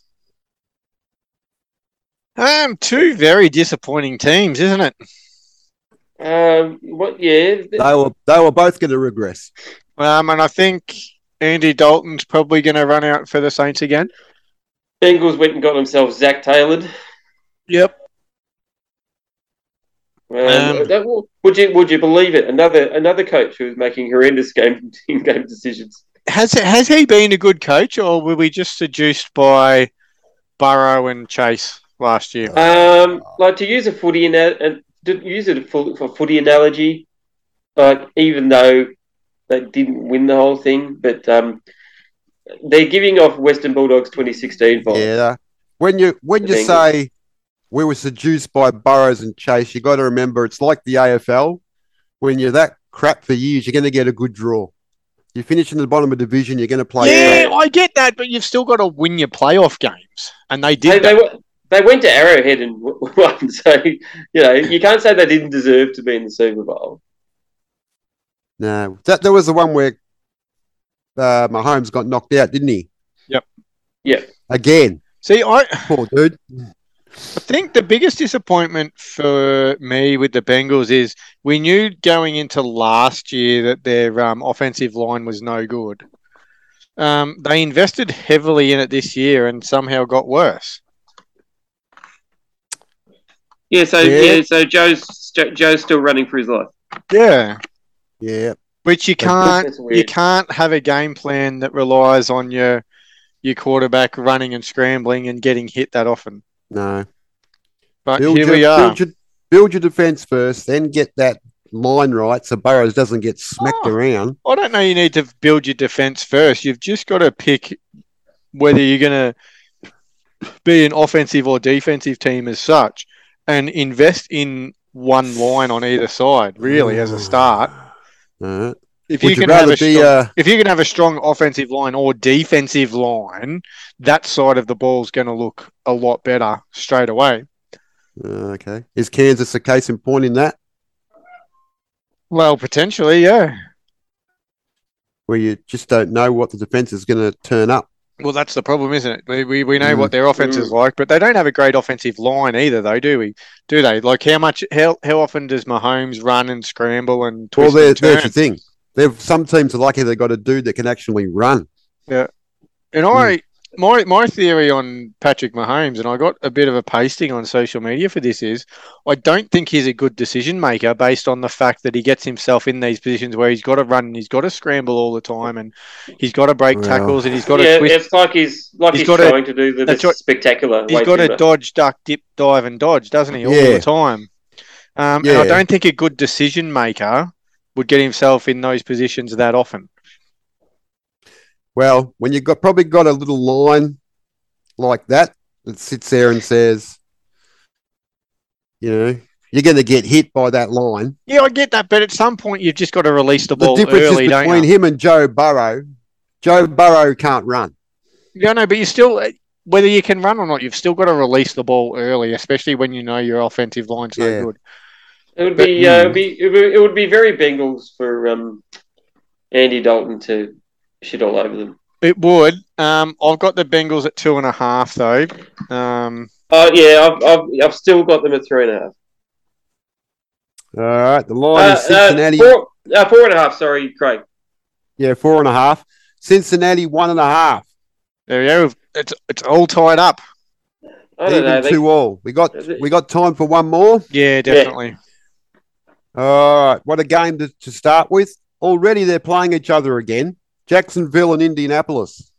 Speaker 3: Um, two very disappointing teams, isn't it?
Speaker 1: um. What? Yeah.
Speaker 2: They were they were both going to regress.
Speaker 3: Um, and I think Andy Dalton's probably going to run out for the Saints again.
Speaker 1: Bengals went and got themselves Zach Taylor.
Speaker 3: Yep.
Speaker 1: Um,
Speaker 3: Um.
Speaker 1: that- would you Would you believe it? Another Another coach who was making horrendous game in game decisions.
Speaker 3: Has has he been a good coach, or were we just seduced by Burrow and Chase last year?
Speaker 1: Um, like to use a footy ana- and to use it for, for footy analogy, like even though they didn't win the whole thing, but um, they're giving off Western Bulldogs 2016 vibes.
Speaker 2: Yeah. When you when
Speaker 1: The
Speaker 2: you
Speaker 1: Bengals.
Speaker 2: say we were seduced by Burrows and Chase, you got to remember it's like the AFL. When you're that crap for years, you're going to get a good draw. You finish in the bottom of division, you're going to play.
Speaker 3: yeah,
Speaker 2: well.
Speaker 3: I get that, but you've still got to win your playoff games, and they
Speaker 1: They,
Speaker 3: did.
Speaker 1: they,
Speaker 3: that.
Speaker 1: went- they went to Arrowhead and w- won, so you know you can't say they didn't deserve to be in the Super Bowl.
Speaker 2: No, that there was the one where uh, Mahomes got knocked out, didn't he?
Speaker 3: Yep.
Speaker 1: Yep.
Speaker 2: Again,
Speaker 3: See, I,
Speaker 2: poor dude.
Speaker 3: I think the biggest disappointment for me with the Bengals is we knew going into last year that their um, offensive line was no good. Um, they invested heavily in it this year and somehow got worse.
Speaker 1: Yeah, so
Speaker 2: Yeah.
Speaker 1: yeah, so Joe's Joe's still running for his life.
Speaker 3: Yeah,
Speaker 2: Yeah.
Speaker 3: which you
Speaker 2: They built
Speaker 3: can't
Speaker 1: That's
Speaker 3: you
Speaker 1: weird.
Speaker 3: can't have a game plan that relies on your your quarterback running and scrambling and getting hit that often.
Speaker 2: No.
Speaker 3: But
Speaker 2: Build
Speaker 3: here
Speaker 2: your,
Speaker 3: we are.
Speaker 2: Build your, build your defense first, then get that line right so Burrows doesn't get smacked
Speaker 3: Oh.
Speaker 2: around.
Speaker 3: I don't know. You need to build your defense first. You've just got to pick whether you're going to be an offensive or defensive team as such, and invest in one line on either side. Really, as a start,
Speaker 2: Uh,
Speaker 3: if
Speaker 2: Mm. would
Speaker 3: you
Speaker 2: you,
Speaker 3: can have
Speaker 2: rather
Speaker 3: a
Speaker 2: be
Speaker 3: strong,
Speaker 2: uh,
Speaker 3: if you can have a strong offensive line or defensive line, that side of the ball's going to look a lot better straight away.
Speaker 2: uh, okay? Is Kansas a case in point in that
Speaker 3: Well, potentially, yeah.
Speaker 2: where you just don't know what the defense is going to turn up?
Speaker 3: Well, that's the problem, isn't it? We we, we know
Speaker 2: Mm.
Speaker 3: what their offense is like, but they don't have a great offensive line either, though, do we? Do they? Like, how much, how, how often does Mahomes run and scramble and
Speaker 2: Well,
Speaker 3: twist
Speaker 2: there,
Speaker 3: and
Speaker 2: there's the
Speaker 3: turn?
Speaker 2: thing. They've, some teams are lucky they've got a dude that can actually run.
Speaker 3: And I,
Speaker 2: Mm.
Speaker 3: my my theory on Patrick Mahomes, and I got a bit of a pasting on social media for this is, I don't think he's a good decision maker based on the fact that he gets himself in these positions where he's got to run and he's got to scramble all the time, and he's got to break
Speaker 2: Well.
Speaker 3: tackles and he's got to
Speaker 1: yeah,
Speaker 3: twist
Speaker 1: it's like he's like
Speaker 3: He's
Speaker 1: he's,
Speaker 3: got a-
Speaker 1: trying to do the
Speaker 3: that's
Speaker 1: best
Speaker 3: right.
Speaker 1: spectacular.
Speaker 3: He's
Speaker 1: way
Speaker 3: got to
Speaker 1: too, but-
Speaker 3: dodge, duck, dip, dive, and dodge, doesn't he? All
Speaker 2: Yeah.
Speaker 3: the time. Um, And
Speaker 2: Yeah.
Speaker 3: I don't think a good decision maker would get himself in those positions that often.
Speaker 2: Well, when you've got probably got a little line like that that sits there and says, you know, you're going to get hit by that line.
Speaker 3: Yeah, I get that, but at some point you've just got to release the
Speaker 2: The
Speaker 3: ball
Speaker 2: difference
Speaker 3: early,
Speaker 2: is
Speaker 3: don't
Speaker 2: between
Speaker 3: you?
Speaker 2: him and Joe Burrow. Joe Burrow can't run.
Speaker 3: Yeah, no, but you still, uh, whether you can run or not, you've still got to release the ball early, especially when you know your offensive line's
Speaker 2: Yeah.
Speaker 3: no good.
Speaker 1: It would be,
Speaker 2: But-
Speaker 1: uh, it'd be, it would- it would be very Bengals for um, Andy Dalton to shit all over them.
Speaker 3: It would. Um, I've got the Bengals at two and a half, though. Um,
Speaker 1: Oh yeah, I've, I've, I've still got them at three and a half.
Speaker 2: All right. The line
Speaker 1: Uh,
Speaker 2: is
Speaker 1: uh,
Speaker 2: Cincinnati.
Speaker 1: four, uh, four and a half. Sorry, Craig.
Speaker 2: yeah, four and a half. Cincinnati, one and a half.
Speaker 3: there you go. It's it's all tied up.
Speaker 1: I don't
Speaker 2: Even
Speaker 1: know. They,
Speaker 2: two all. We got
Speaker 1: Is it-
Speaker 2: we got time for one more.
Speaker 3: Yeah, definitely.
Speaker 2: All right. What a game to, to start with. Already they're playing each other again. Jacksonville and Indianapolis.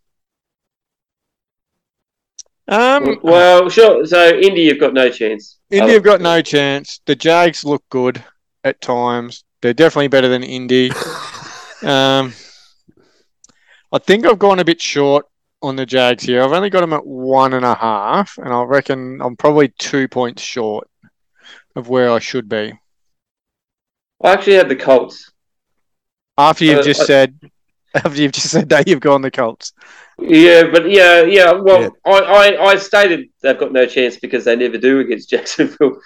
Speaker 3: Um,
Speaker 1: well, sure. So Indy, you've got no chance. Uh,
Speaker 3: Indy have got no chance. The Jags look good at times. They're definitely better than Indy. Um, I think I've gone a bit short on the Jags here. I've only got them at one and a half, and I reckon I'm probably two points short of where I should be.
Speaker 1: I actually had the Colts.
Speaker 3: After you've
Speaker 1: Uh,
Speaker 3: just
Speaker 1: I-
Speaker 3: said, after you've just said that you've gone the Colts.
Speaker 1: Yeah, but yeah, yeah. Well,
Speaker 2: Yeah.
Speaker 1: I, I, I stated they've got no chance because they never do against Jacksonville.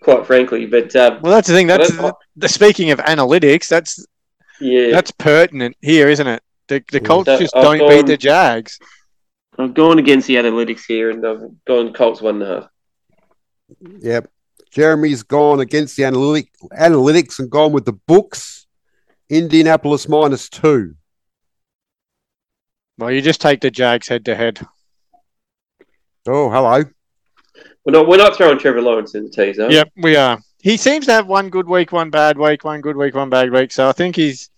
Speaker 1: Quite frankly, but um,
Speaker 3: Well, that's the thing. That's
Speaker 1: Well,
Speaker 3: the, speaking of analytics. That's
Speaker 1: yeah,
Speaker 3: that's pertinent here, isn't it? The, the
Speaker 2: Yeah.
Speaker 3: Colts
Speaker 1: That-
Speaker 3: just
Speaker 1: I've
Speaker 3: don't
Speaker 1: gone-
Speaker 3: beat the Jags.
Speaker 1: I've gone against the analytics here, and I've gone Colts one and a half.
Speaker 2: Yep. Jeremy's gone against the analytic, analytics and gone with the books. Indianapolis minus two.
Speaker 3: Well, you just take the Jags head to head.
Speaker 2: Oh, hello.
Speaker 1: We're not, we're not throwing Trevor Lawrence in the teaser.
Speaker 3: Yep, we are. He seems to have one good week, one bad week, one good week, one bad week. So I think he's,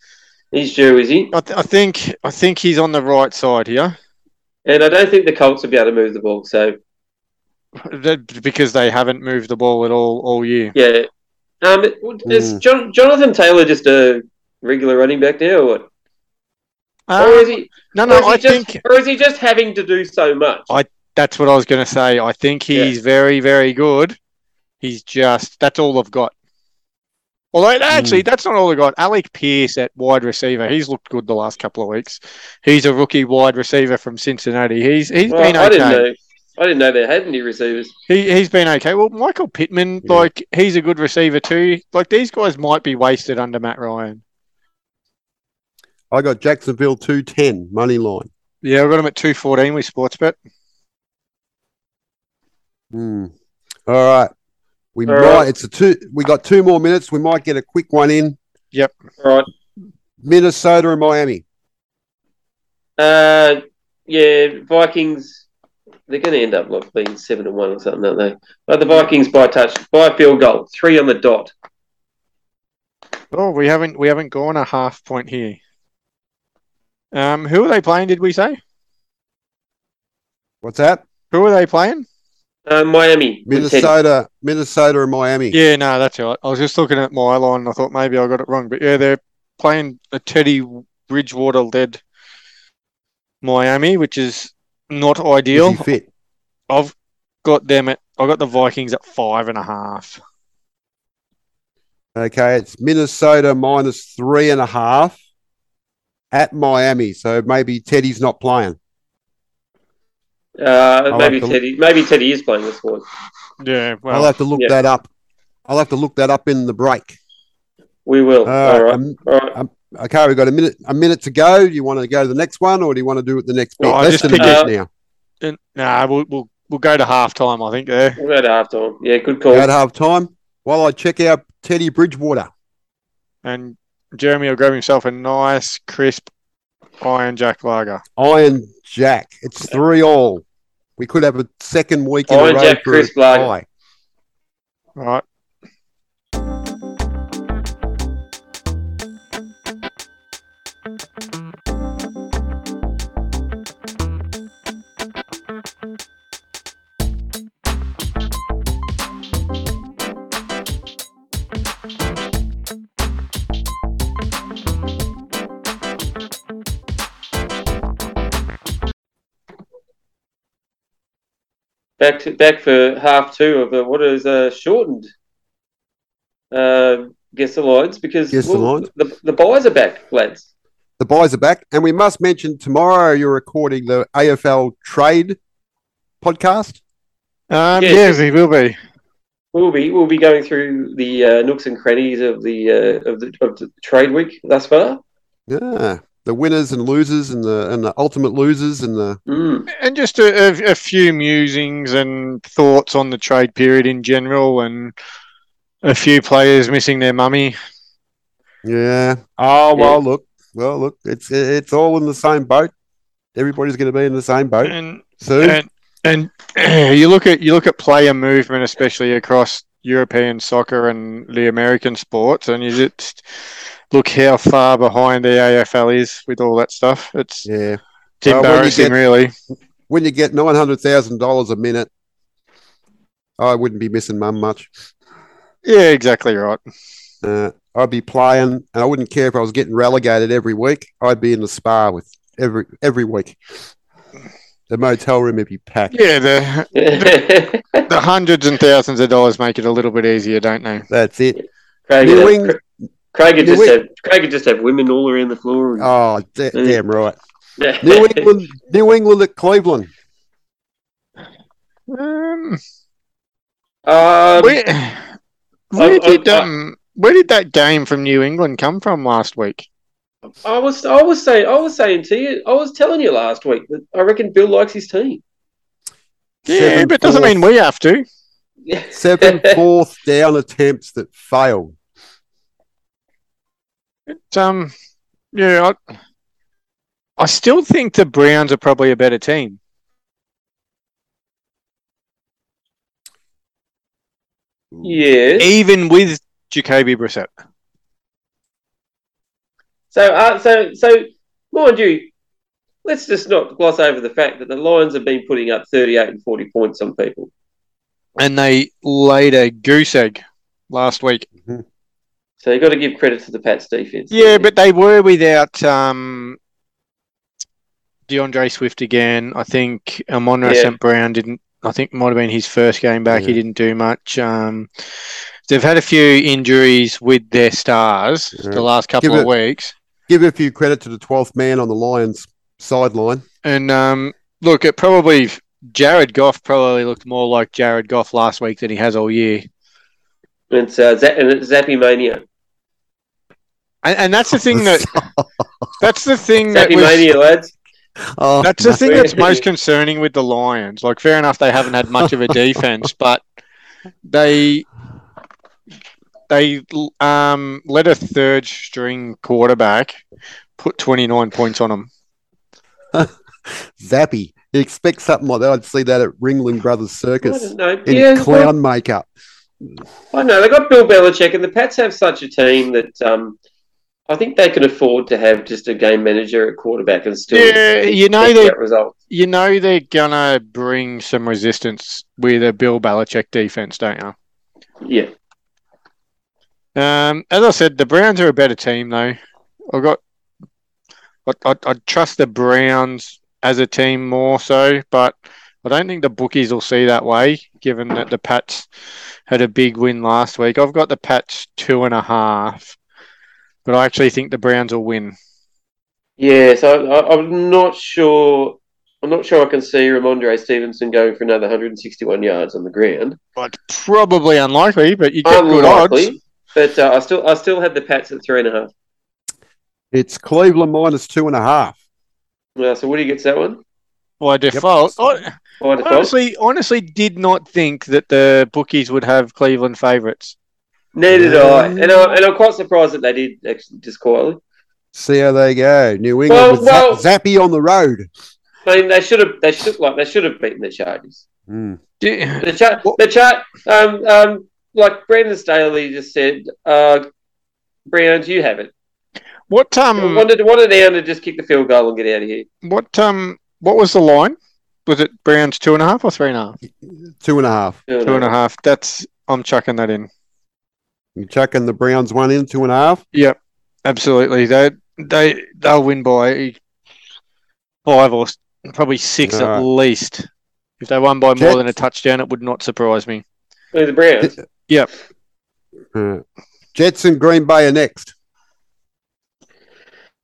Speaker 1: he's due, is he?
Speaker 3: I, th- I think, I think he's on the right side here
Speaker 1: And I don't think the Colts will be able to move the ball. So
Speaker 3: That- because they haven't moved the ball at all all year.
Speaker 1: yeah, um, it-
Speaker 3: Hmm.
Speaker 1: is Jon Jonathan Taylor just a regular running back now, or what? or
Speaker 3: Uh,
Speaker 1: Oh, is he?
Speaker 3: no,
Speaker 1: or
Speaker 3: no,
Speaker 1: is he
Speaker 3: I
Speaker 1: just,
Speaker 3: think
Speaker 1: or is he just having to do so much?
Speaker 3: I- that's what I was going to say. I think he's very, very good. He's just that's all I've got. Although actually, that's not all I got. Alec Pierce at wide receiver, he's looked good the last couple of weeks. He's a rookie wide receiver from Cincinnati. He's he's
Speaker 1: Well,
Speaker 3: been okay.
Speaker 1: I didn't know. I didn't know they had any receivers.
Speaker 3: He he's been okay. Well, Michael Pittman,
Speaker 2: Yeah.
Speaker 3: like he's a good receiver too. Like these guys might be wasted under Matt Ryan.
Speaker 2: I got Jacksonville 210, money line.
Speaker 3: Yeah, I got him at two fourteen with Sportsbet.
Speaker 2: Hmm. All right. We
Speaker 1: All
Speaker 2: might,
Speaker 1: right.
Speaker 2: it's a two, we got two more minutes. We might get a quick one in.
Speaker 1: All right.
Speaker 2: Minnesota and Miami.
Speaker 1: Uh, yeah, Vikings. They're going to end up like being seven and one or something, aren't they? But the Vikings by touch, by field goal, three on the dot.
Speaker 3: Oh, we haven't we haven't gone a half point here. Um, who are they playing? Did we say
Speaker 2: What's that?
Speaker 3: who are they playing?
Speaker 1: Uh, Miami. with Teddy.
Speaker 2: Minnesota, Minnesota and Miami.
Speaker 3: Yeah, no, that's all right. I was just looking at my line. and I thought maybe I got it wrong, but yeah, they're playing a Teddy Bridgewater led Miami, which is not
Speaker 2: Is
Speaker 3: ideal.
Speaker 2: he fit?
Speaker 3: I've got them at I got the Vikings at five and a half.
Speaker 2: Okay, it's Minnesota minus three and a half at Miami. So maybe Teddy's not playing.
Speaker 1: Uh,
Speaker 2: like
Speaker 1: maybe
Speaker 2: the-
Speaker 1: Teddy. Maybe Teddy is playing this one.
Speaker 3: Yeah,
Speaker 2: I'll have to look
Speaker 1: yeah.
Speaker 2: that up. I'll have to look that up in the break.
Speaker 1: We will. All
Speaker 2: All right,
Speaker 1: right.
Speaker 2: um,
Speaker 1: All right.
Speaker 2: okay, we've got a minute a minute to go. Do you want to go to the next one, or do you want to do it the next
Speaker 3: No,
Speaker 2: bit?
Speaker 3: I
Speaker 2: Less
Speaker 3: just
Speaker 2: than a
Speaker 3: picked
Speaker 2: minute
Speaker 1: up-
Speaker 2: now.
Speaker 3: And, nah, we'll, we'll we'll go to half time. I think there.
Speaker 1: We'll go to half time. Yeah, good call.
Speaker 2: Go to half time while I check out Teddy Bridgewater.
Speaker 3: and Jeremy will grab himself a nice crisp Iron Jack Lager.
Speaker 2: Iron Jack. It's three all. We could have a second week in
Speaker 1: Iron
Speaker 2: a row
Speaker 1: Jack
Speaker 2: for a
Speaker 1: crisp lager.
Speaker 2: tie.
Speaker 3: All right.
Speaker 1: Back to back for half two of the what is uh, shortened. Uh, guess the lines because
Speaker 2: Guess the lines.
Speaker 1: the the buys are back, lads.
Speaker 2: The buys are back, and we must mention tomorrow you're recording the AFL trade podcast.
Speaker 3: Um,
Speaker 1: Yeah.
Speaker 3: yes, he will be.
Speaker 1: We'll be we'll be going through the uh, nooks and crannies of the uh, of the of the trade week thus far.
Speaker 2: Yeah, the winners and losers, and the and the ultimate losers, and the
Speaker 1: Mm.
Speaker 3: And just a, a, a few musings and thoughts on the trade period in general, and a few players missing their mummy.
Speaker 2: yeah. Oh
Speaker 1: Yeah.
Speaker 2: well, look, well look, it's it's all in the same boat. Everybody's going to be in the same boat
Speaker 3: And
Speaker 2: soon.
Speaker 3: and, and you look at you look at player movement, especially across European soccer and the American sports, and you just look how far behind the AFL is with all that stuff. It's
Speaker 2: Yeah,
Speaker 3: It's embarrassing,
Speaker 2: Well,
Speaker 3: really.
Speaker 2: when you get nine hundred thousand dollars a minute, I wouldn't be missing mum much.
Speaker 3: Yeah, exactly right.
Speaker 2: Uh, I'd be playing, and I wouldn't care if I was getting relegated every week. I'd be in the spa with every every week. The motel room would be packed.
Speaker 3: Yeah, the
Speaker 1: Craig,
Speaker 3: the hundreds and thousands of dollars make it a little bit easier, don't they?
Speaker 2: That's it. New
Speaker 1: had,
Speaker 2: England-
Speaker 1: Craig had
Speaker 2: New
Speaker 1: just
Speaker 2: Eng-
Speaker 1: had Craig had just had women all around the floor. And,
Speaker 2: Oh, da-
Speaker 3: Mm.
Speaker 2: damn right.
Speaker 1: Yeah.
Speaker 2: New England, New England at Cleveland.
Speaker 3: Um,
Speaker 1: Um,
Speaker 3: where, where
Speaker 1: I-
Speaker 3: did
Speaker 1: I-
Speaker 3: um, where did that game from New England come from last week?
Speaker 1: I was I was saying I was saying to you I was telling you last week that I reckon Bill likes his team.
Speaker 3: Yeah,
Speaker 2: Seven
Speaker 3: but it doesn't
Speaker 2: fourth-
Speaker 3: mean we have to.
Speaker 2: seven fourth down attempts that failed.
Speaker 3: It's, um, yeah, I, I still think the Browns are probably a better team.
Speaker 1: yes.
Speaker 3: Even with Jacoby Brissett.
Speaker 1: So uh, so so mind you, let's just not gloss over the fact that the Lions have been putting up thirty eight and forty points on people.
Speaker 3: And they laid a goose egg last week.
Speaker 1: So you got to give credit to the Pats defense.
Speaker 3: Yeah, but they were without um, DeAndre Swift again. I think Amonra
Speaker 1: Yeah.
Speaker 3: St. Brown didn't. I think it might have been his first game back. He
Speaker 2: Yeah.
Speaker 3: didn't do much. Um, they've had a few injuries with their stars
Speaker 2: Yeah.
Speaker 3: the last couple
Speaker 2: Mm-hmm. Give
Speaker 3: of weeks.
Speaker 2: Give a few credit to the twelfth man on the Lions sideline.
Speaker 3: And um, look, it probably Jared Goff probably looked more like Jared Goff last week than he has all year.
Speaker 1: it's uh, za- and it's Zappy mania.
Speaker 3: And, and that's the thing that that's the thing that
Speaker 1: Zappy
Speaker 3: was,
Speaker 1: mania, lads.
Speaker 2: Oh,
Speaker 3: That's the thing
Speaker 1: mate.
Speaker 3: that's most concerning with the Lions. Like, fair enough, they haven't had much of a defense, but they they um, let a third string quarterback put twenty nine points on them.
Speaker 2: Zappy. You expect something like that? I'd see that at Ringling Brothers
Speaker 1: I
Speaker 2: Circus
Speaker 1: don't know.
Speaker 2: in
Speaker 1: Yeah,
Speaker 2: clown makeup.
Speaker 1: I know they got Bill Belichick, and the Pats have such a team that um, I think they can afford to have just a game manager at quarterback and still
Speaker 3: Yeah, you know
Speaker 1: get
Speaker 3: they-
Speaker 1: that result.
Speaker 3: You know they're gonna bring some resistance with a Bill Belichick defense, don't you?
Speaker 1: Yeah,
Speaker 3: Um, as I said, the Browns are a better team, though. I got, I, I, I trust the Browns as a team more so, but I don't think the bookies will see that way, given that the Pats had a big win last week. I've got the Pats two and a half, but I actually think the Browns will win.
Speaker 1: yeah. So I, I'm not sure. I'm not sure I can see Ramondre Stevenson going for another 161 yards on the ground.
Speaker 3: Like probably unlikely, but you get good odds.
Speaker 1: Unlikely, but uh, I still I still had the Pats at three and a half.
Speaker 2: It's Cleveland minus two and a half.
Speaker 1: Uh, so Woody gets that one
Speaker 3: By default, I
Speaker 1: by default.
Speaker 3: honestly, honestly, did not think that the bookies would have Cleveland favourites.
Speaker 1: Neither did I,
Speaker 2: Um,
Speaker 1: and, I, and I'm quite surprised that they did actually just quietly.
Speaker 2: See how they go. New England
Speaker 1: Well,
Speaker 2: with Zap-
Speaker 1: well-
Speaker 2: Zappy on the road.
Speaker 1: I mean, they should have. They should like they should have beaten the Chargers.
Speaker 2: Hmm.
Speaker 3: Yeah,
Speaker 1: The chart,
Speaker 2: What-
Speaker 1: the chart. Um, um, like Brandon Staley just said, uh, Browns, you have it.
Speaker 3: What um, what,
Speaker 1: wanted wanted down to just kick the field goal and get out of here.
Speaker 3: um, what was the line? Was it Browns two and a half or three and a half?
Speaker 2: Two and a half.
Speaker 3: Two and a half. That's I'm chucking that in.
Speaker 2: You're chucking the Browns one in, two and a half.
Speaker 3: Yep, absolutely. They they they'll win by five or s- probably six at
Speaker 2: Alright.
Speaker 3: least. If they won by more
Speaker 2: Jets.
Speaker 3: than a touchdown, it would not surprise me.
Speaker 1: Who, the Browns.
Speaker 2: Uh, Jets and Green Bay are next.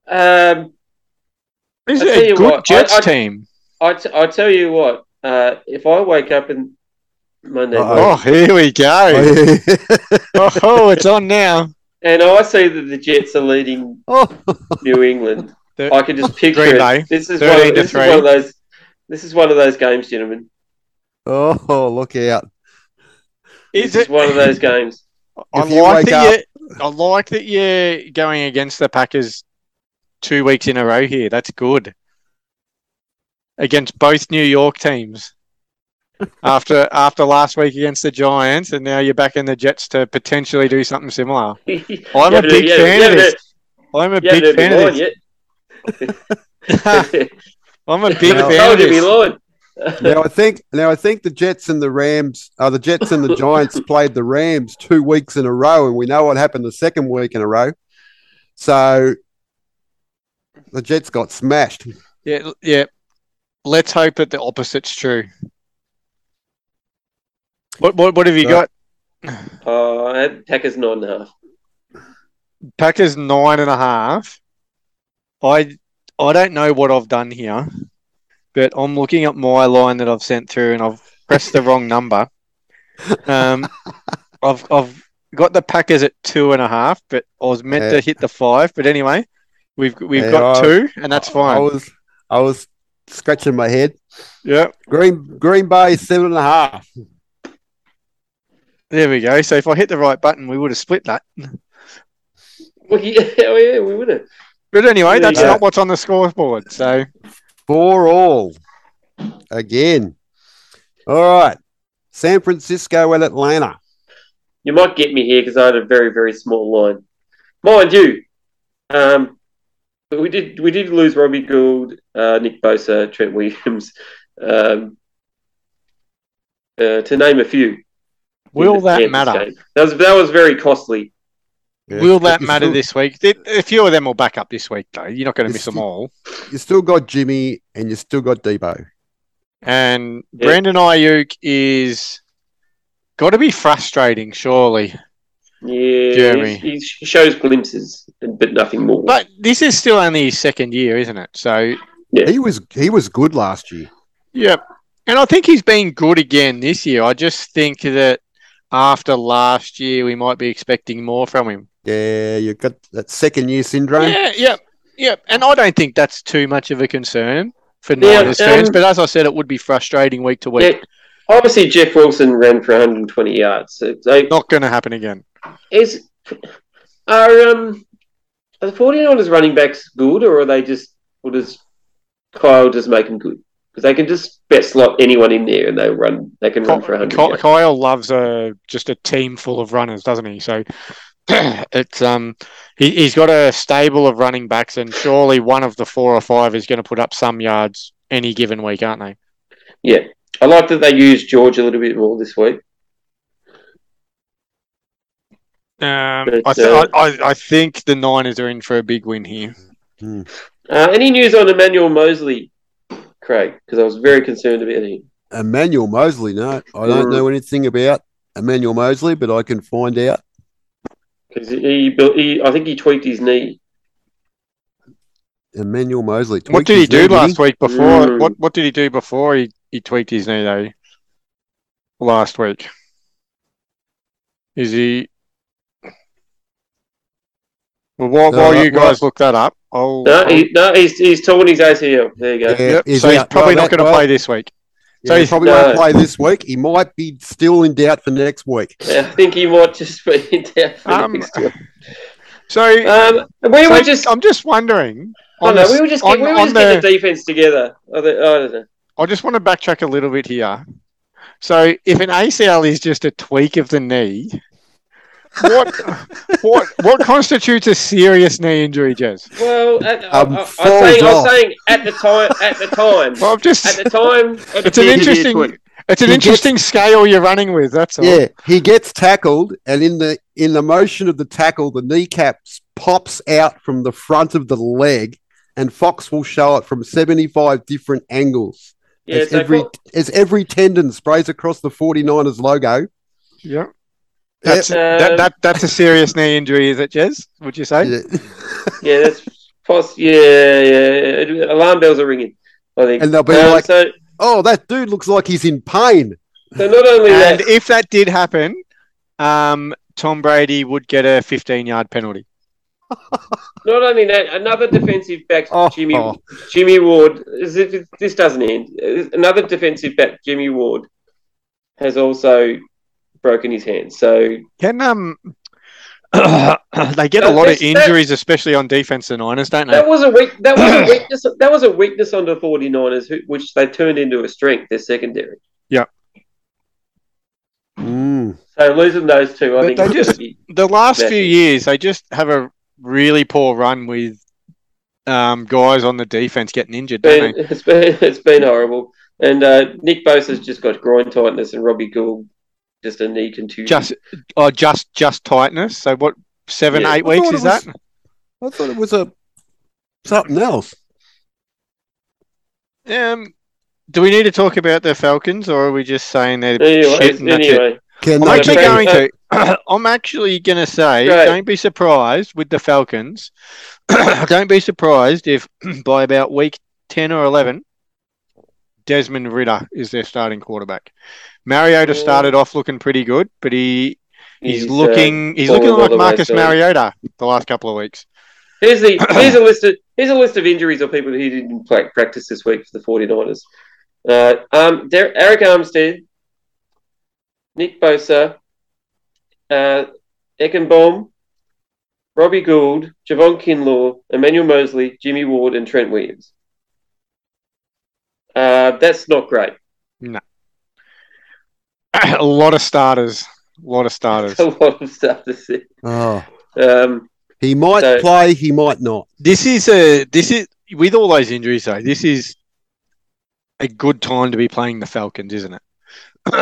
Speaker 1: Um,
Speaker 3: Is
Speaker 1: I tell
Speaker 3: it
Speaker 1: you
Speaker 3: a good
Speaker 1: what, I-
Speaker 3: Jets
Speaker 1: I-
Speaker 3: team?
Speaker 1: I, t- I tell you what. Uh, if I wake up in Monday
Speaker 2: Uh-oh.
Speaker 1: morning
Speaker 3: oh, here we go. oh, it's on now.
Speaker 1: and I see that the Jets are leading
Speaker 2: oh,
Speaker 1: New England,
Speaker 3: Thir-
Speaker 1: I can just picture
Speaker 3: Green Bay,
Speaker 1: it. This is, one
Speaker 3: 13 to
Speaker 1: of, this is
Speaker 3: three.
Speaker 1: one of those. This is one of those games, gentlemen.
Speaker 2: oh, look out.
Speaker 1: This is one of those games.
Speaker 3: I
Speaker 2: If you
Speaker 3: like
Speaker 2: wake
Speaker 3: that you I like that you're going against the Packers two weeks in a row here. That's good. Against both New York teams. after after last week against the Giants and now you're back in the Jets to potentially do something similar.
Speaker 1: I'm
Speaker 3: I'm a big fan of this. I'm a big fan of this. I'm a big
Speaker 2: Now-
Speaker 3: fan of this.
Speaker 2: Now I think now I think the Jets and the Rams uh, the Jets and the Giants played the Rams two weeks in a row, and we know what happened the second week in a row. So the Jets got smashed.
Speaker 3: Yeah, l- yeah. Let's hope that the opposite's true. What what what have you
Speaker 2: Uh,
Speaker 3: got?
Speaker 1: Oh, I had Packers nine and a half.
Speaker 3: Packers nine and a half. I I don't know what I've done here, but I'm looking at my line that I've sent through and I've pressed the wrong number. Um, I've I've got the Packers at two and a half, but I was meant to
Speaker 2: Yeah.
Speaker 3: hit the five. But anyway, we've we've
Speaker 2: Yeah,
Speaker 3: got
Speaker 2: I-
Speaker 3: two, and that's
Speaker 2: I
Speaker 3: fine.
Speaker 2: was I was scratching my head.
Speaker 3: Yeah,
Speaker 2: Green Green Bay seven and a half.
Speaker 3: there we go. So if I hit the right button, we would have split that.
Speaker 1: Well, yeah, oh yeah, we would have.
Speaker 3: But anyway,
Speaker 1: There
Speaker 3: that's
Speaker 1: you go.
Speaker 3: not what's on the scoreboard. So
Speaker 2: Four all. Again. All right. San Francisco and Atlanta.
Speaker 1: You might get me here because I had a very very small line, mind you. Um, but we did we did lose Robbie Gould, uh, Nick Bosa, Trent Williams, um, uh, to name a few.
Speaker 3: will
Speaker 1: in the
Speaker 3: that
Speaker 1: Panthers
Speaker 3: matter?
Speaker 1: game. That was that was very costly.
Speaker 2: Yeah,
Speaker 3: Will
Speaker 2: but
Speaker 3: that
Speaker 2: you
Speaker 3: matter
Speaker 2: still-
Speaker 3: this week? Th- A few of them will back up this week, though. You're not going to
Speaker 2: It's
Speaker 3: miss them
Speaker 2: still-
Speaker 3: all.
Speaker 2: You still got Jimmy and you still got Debo.
Speaker 3: And
Speaker 1: Yeah.
Speaker 3: Brandon Ayuk is got to be frustrating, surely.
Speaker 1: Yeah,
Speaker 3: Jeremy.
Speaker 1: he's- he sh- shows glimpses, but nothing more.
Speaker 3: But this is still only his second year, isn't it? So,
Speaker 1: Yeah.
Speaker 2: He was he was good last year.
Speaker 3: yeah. And I think he's been good again this year. I just think that after last year, we might be expecting more from him.
Speaker 2: Yeah, you got that second year syndrome.
Speaker 3: Yeah, yeah, yeah. And I don't think that's too much of a concern for
Speaker 1: Yeah,
Speaker 3: Niners fans.
Speaker 1: um,
Speaker 3: But as I said, it would be frustrating week to week.
Speaker 1: Yeah, obviously, Jeff Wilson ran for 120 yards. So, so
Speaker 3: Not going to happen again.
Speaker 1: is are um are the 49ers running backs good, or are they just or does Kyle just make them good? Because they can just best slot anyone in there, and they run. They can run for 100.
Speaker 3: Ky-
Speaker 1: yards.
Speaker 3: Kyle loves a just a team full of runners, doesn't he? So it's um he, he's got a stable of running backs, and surely one of the four or five is going to put up some yards any given week, aren't they?
Speaker 1: Yeah, I like that they use George a little bit more this week.
Speaker 3: Um,
Speaker 1: But,
Speaker 3: I, th-
Speaker 1: uh,
Speaker 3: I, I I think the Niners are in for a big win here.
Speaker 1: Uh, any news on Emmanuel Mosley, Craig? Because I was very concerned about him.
Speaker 2: Emmanuel Mosley, no. I don't know anything about Emmanuel Mosley, but I can find out.
Speaker 1: Because he, built- he, I think he tweaked his knee.
Speaker 2: Emmanuel Mosley.
Speaker 3: What
Speaker 2: tweaked
Speaker 3: did he
Speaker 2: his knee,
Speaker 3: do
Speaker 2: didn't
Speaker 3: last week before?
Speaker 1: Mm.
Speaker 3: What what did he do before he, he tweaked his knee though? Last week, is he? Well, while,
Speaker 2: No,
Speaker 3: while
Speaker 2: that-
Speaker 3: you guys look that up, I'll,
Speaker 1: No, Uh, he, no, he's he's torn his ACL. There you go.
Speaker 2: Yeah.
Speaker 3: Yep,
Speaker 2: He's
Speaker 3: so he's
Speaker 2: out.
Speaker 3: probably
Speaker 2: Well,
Speaker 3: not
Speaker 2: that-
Speaker 3: going to
Speaker 2: well-
Speaker 3: play this week.
Speaker 2: Yeah,
Speaker 3: So
Speaker 2: he
Speaker 3: he's- uh,
Speaker 2: probably
Speaker 1: No.
Speaker 2: won't play this week. He might be still in doubt for next week.
Speaker 1: I think he might just be down for
Speaker 3: Um,
Speaker 1: next week.
Speaker 3: So,
Speaker 1: Um, we
Speaker 3: so
Speaker 1: were just,
Speaker 3: I'm just wondering.
Speaker 1: I don't
Speaker 3: on
Speaker 1: know,
Speaker 3: the-
Speaker 1: we were just, get-
Speaker 3: on-
Speaker 1: we were
Speaker 3: on
Speaker 1: just
Speaker 3: the-
Speaker 1: getting the defense together. I don't, I don't know.
Speaker 3: I just want to backtrack a little bit here. So, if an ACL is just a tweak of the knee, what what what constitutes a serious knee injury, Jez?
Speaker 1: Well, at, I,
Speaker 2: Um,
Speaker 1: I, I, was
Speaker 2: falls
Speaker 1: saying, I
Speaker 2: off.
Speaker 1: was saying at the time, at the time,
Speaker 3: Well, I'm just
Speaker 1: at the time. it
Speaker 3: It's
Speaker 1: appeared to
Speaker 3: an
Speaker 1: be a
Speaker 3: interesting-
Speaker 1: twin.
Speaker 3: it's an
Speaker 2: he gets-
Speaker 3: interesting scale you're running with. That's all.
Speaker 2: Yeah, he gets tackled, and in the in the motion of the tackle, the kneecap s- pops out from the front of the leg, and Fox will show it from seventy five different angles.
Speaker 1: Yeah,
Speaker 2: as
Speaker 1: so
Speaker 2: every
Speaker 1: Fo-
Speaker 2: as every tendon sprays across the 49ers logo.
Speaker 3: Yeah. That's
Speaker 1: Yeah.
Speaker 3: that, that that's a serious knee injury, is it, Jez? Would you say?
Speaker 2: Yeah.
Speaker 1: yeah, that's poss- yeah, yeah. it- Alarm bells are ringing. I think,
Speaker 2: And they'll be
Speaker 1: Um,
Speaker 2: like,
Speaker 1: so,
Speaker 2: "Oh, that dude looks like he's in pain."
Speaker 1: so not only that,
Speaker 3: And if that did happen, um, Tom Brady would get a 15 yard penalty.
Speaker 1: not only that, another defensive back,
Speaker 2: Oh,
Speaker 1: Jimmy
Speaker 2: oh.
Speaker 1: Jimmy Ward. is it- This doesn't end. Another defensive back, Jimmy Ward, has also broken his hand. So
Speaker 3: Can um, they get a
Speaker 1: That-
Speaker 3: lot of
Speaker 1: that's- that-
Speaker 3: injuries, especially on defense, the Niners, don't
Speaker 1: That
Speaker 3: they?
Speaker 1: was a weak. That was a weakness. That was a weakness on the 49ers, who, which they turned into a strength. Their secondary.
Speaker 2: Mm.
Speaker 1: So losing those two, I
Speaker 3: But
Speaker 1: think.
Speaker 3: they
Speaker 1: is gonna
Speaker 3: just-
Speaker 1: be-
Speaker 3: The last
Speaker 1: Yeah.
Speaker 3: few years, they just have a really poor run with um, guys on the defense getting injured, don't
Speaker 1: been, it's been it's been horrible. And uh, Nick Bosa's just got groin tightness, and Robbie Gould just a knee
Speaker 3: they?
Speaker 1: contusion.
Speaker 3: Just, or just, just tightness. So what? Seven,
Speaker 1: Yeah.
Speaker 3: eight
Speaker 2: I thought
Speaker 3: weeks
Speaker 2: it
Speaker 3: is
Speaker 2: was-
Speaker 3: that?
Speaker 2: I thought it was a something else.
Speaker 3: Um, do we need to talk about the Falcons, or are we just saying they're shit
Speaker 1: anyway,
Speaker 3: and that's it?
Speaker 1: anyway,
Speaker 2: Can
Speaker 3: I'm
Speaker 2: they
Speaker 1: Well,
Speaker 3: actually
Speaker 2: just,
Speaker 1: Frank-
Speaker 3: going to. I'm actually going to say,
Speaker 1: Great.
Speaker 3: don't be surprised with the Falcons. don't be surprised if by about week ten or eleven, Desmond Ritter is their starting quarterback. Mariota
Speaker 1: Yeah.
Speaker 3: started off looking pretty good, but he he's,
Speaker 1: uh,
Speaker 3: looking he's
Speaker 1: fallen
Speaker 3: looking
Speaker 1: by
Speaker 3: like
Speaker 1: the
Speaker 3: Marcus
Speaker 1: wayside.
Speaker 3: Mariota the last couple of weeks.
Speaker 1: here's the here's a list of here's a list of injuries or people who didn't play, practice this week for the 49ers. Uh, um, Der- Eric Armstead, Nick Bosa, uh, Eckenbaum, Robbie Gould, Javon Kinlaw, Emmanuel Mosley, Jimmy Ward, and Trent Williams. Uh, that's not great.
Speaker 3: a lot of starters, a lot of starters.
Speaker 1: That's a lot of stuff to see.
Speaker 2: oh,
Speaker 1: Um,
Speaker 2: he might
Speaker 1: So-
Speaker 2: play. He might not.
Speaker 3: This is a this is with all those injuries though. This is a good time to be playing the Falcons, isn't it?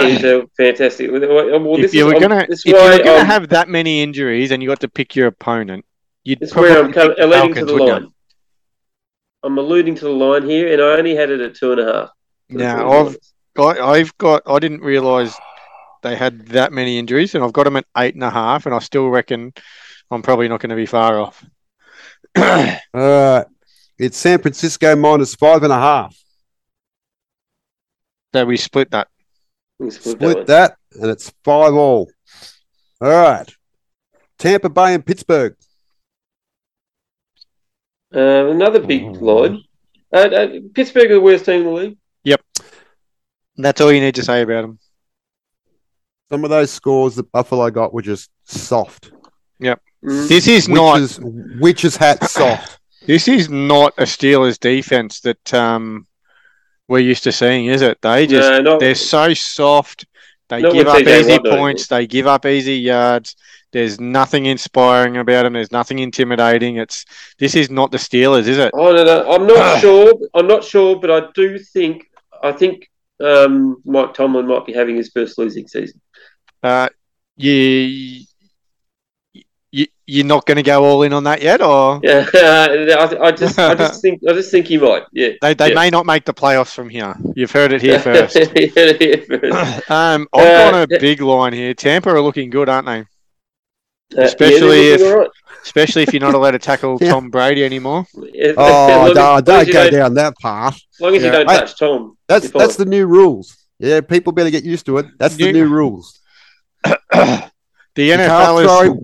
Speaker 1: he's a fantastic. Well, well,
Speaker 3: if
Speaker 1: this
Speaker 3: you
Speaker 1: is-
Speaker 3: were
Speaker 1: I'm-
Speaker 3: gonna
Speaker 1: this is
Speaker 3: if you were
Speaker 1: why
Speaker 3: gonna
Speaker 1: I'm-
Speaker 3: have that many injuries and you got to pick your opponent, you'd
Speaker 1: It's
Speaker 3: probably
Speaker 1: where I'm
Speaker 3: pick
Speaker 1: com-
Speaker 3: the
Speaker 1: alluding to
Speaker 3: Falcons,
Speaker 1: the
Speaker 3: wouldn't
Speaker 1: line. I'm alluding to the line here, and I only had it at two and a half.
Speaker 3: you? Now I've got I've got I didn't realise they had that many injuries, and I've got them at eight and a half, and I still reckon I'm probably not going to be far off. That's
Speaker 2: All right. It's San Francisco minus five and a half.
Speaker 3: so we split that.
Speaker 1: I've
Speaker 2: Split that, and it's five all. All right. Tampa Bay and Pittsburgh.
Speaker 1: Um, another big
Speaker 3: Oh.
Speaker 1: line. Uh, uh, Pittsburgh are the worst team in the league.
Speaker 3: That's all you need to say about them.
Speaker 2: Some of those scores that Buffalo got were just soft.
Speaker 1: Mm.
Speaker 3: This is not
Speaker 2: Witch's, witch's hat soft.
Speaker 3: this is not a Steelers defense that um, we're used to seeing, is it? They just
Speaker 1: no, not,
Speaker 3: They're so soft. They
Speaker 1: Not
Speaker 3: give
Speaker 1: with
Speaker 3: up
Speaker 1: TJ
Speaker 3: easy
Speaker 1: Watt, though.
Speaker 3: points. They give up easy yards. There's nothing inspiring about them. There's nothing intimidating. It's this is not the Steelers, is it?
Speaker 1: I don't know. Oh, I'm
Speaker 3: Ah.
Speaker 1: not sure. I'm not sure, but I do think I think um, Mike Tomlin might be having his first losing season.
Speaker 3: Uh, you, you you're not going to go all in on that yet, or
Speaker 1: Yeah, I, I just, I just think, I just think he might. Yeah,
Speaker 3: they, they
Speaker 1: Yeah.
Speaker 3: may not make the playoffs from here. You've heard it here first.
Speaker 1: Yeah, here first.
Speaker 3: um, I've got
Speaker 1: Uh,
Speaker 3: a big line here. Tampa are looking good, aren't they?
Speaker 1: Uh, yeah, they're
Speaker 3: Especially
Speaker 1: looking
Speaker 3: if-
Speaker 1: all right.
Speaker 3: Especially if you're not allowed to tackle
Speaker 2: Yeah.
Speaker 3: Tom Brady anymore.
Speaker 1: Yeah,
Speaker 2: Oh,
Speaker 1: as long
Speaker 2: no,
Speaker 1: as-
Speaker 2: don't
Speaker 1: as long as you
Speaker 2: go down that path.
Speaker 1: As long as
Speaker 3: Yeah.
Speaker 1: you don't
Speaker 2: I-
Speaker 1: touch Tom.
Speaker 2: That's
Speaker 1: you're fine.
Speaker 2: that's the new rules. Yeah, people better get used to it. That's the
Speaker 3: New-
Speaker 2: new rules.
Speaker 3: the
Speaker 2: You
Speaker 3: NFL
Speaker 2: can't
Speaker 3: is
Speaker 2: throw him,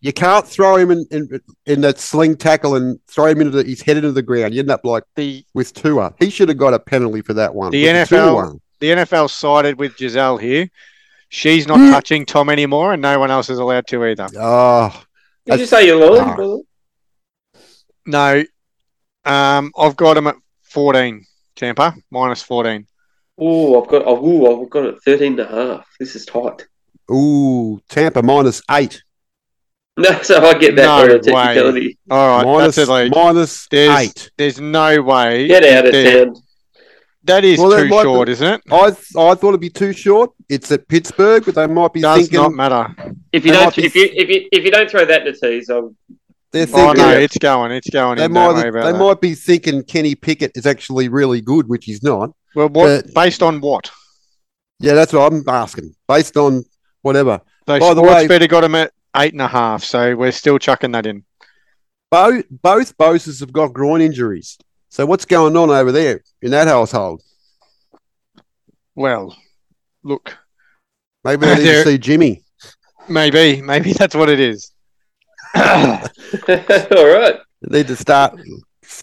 Speaker 2: You can't throw him in, in in that sling tackle and throw him into the, his head into the ground. You end up like
Speaker 3: The
Speaker 2: with Tua. He should have got a penalty for that one.
Speaker 3: The
Speaker 2: with Tua
Speaker 3: NFL
Speaker 2: one.
Speaker 3: the NFL sided with Giselle here. She's not
Speaker 2: Hmm.
Speaker 3: touching Tom anymore, and no one else is allowed to either.
Speaker 2: Oh,
Speaker 1: Did you say you're lying?
Speaker 2: Ah.
Speaker 1: brother?
Speaker 3: No, um, I've got him at fourteen. Tampa minus fourteen.
Speaker 1: Oh, I've got. Oh, ooh, I've got it 13 and a half. This is tight.
Speaker 2: ooh, Tampa minus eight.
Speaker 1: No, so I get that
Speaker 3: No
Speaker 1: on a
Speaker 3: way.
Speaker 1: technicality.
Speaker 3: All right,
Speaker 2: Minus-
Speaker 3: that's it, Lee.
Speaker 2: minus
Speaker 3: There's-
Speaker 2: eight.
Speaker 3: There's no way.
Speaker 1: Get out of
Speaker 3: there-
Speaker 1: town.
Speaker 3: That is
Speaker 2: Well, that
Speaker 3: too
Speaker 2: might be-
Speaker 3: short, isn't it?
Speaker 2: I th- I thought it'd be too short. It's at Pittsburgh, but they might be
Speaker 3: Does
Speaker 2: thinking
Speaker 3: not matter.
Speaker 1: If you
Speaker 2: They
Speaker 1: don't,
Speaker 2: might be-
Speaker 1: if you if you if you don't throw that in the tees, I'm
Speaker 2: they're
Speaker 3: Oh
Speaker 2: thinking
Speaker 3: no, it's going. It's going.
Speaker 2: they
Speaker 3: in. Don't
Speaker 2: might
Speaker 3: worry about
Speaker 2: they
Speaker 3: that.
Speaker 2: might be thinking Kenny Pickett is actually really good, which he's not.
Speaker 3: Well, what
Speaker 2: but-
Speaker 3: based on what?
Speaker 2: Yeah, that's what I'm asking. Based on whatever.
Speaker 3: So
Speaker 2: By
Speaker 3: By
Speaker 2: the
Speaker 3: the
Speaker 2: way-
Speaker 3: better got him at eight and a half, so we're still chucking that in.
Speaker 2: Both both Boses have got groin injuries. So what's going on over there in that household?
Speaker 3: Well, look,
Speaker 2: Maybe they need to
Speaker 3: They're-
Speaker 2: see Jimmy.
Speaker 3: maybe, maybe that's what it is.
Speaker 1: all right.
Speaker 2: They need to start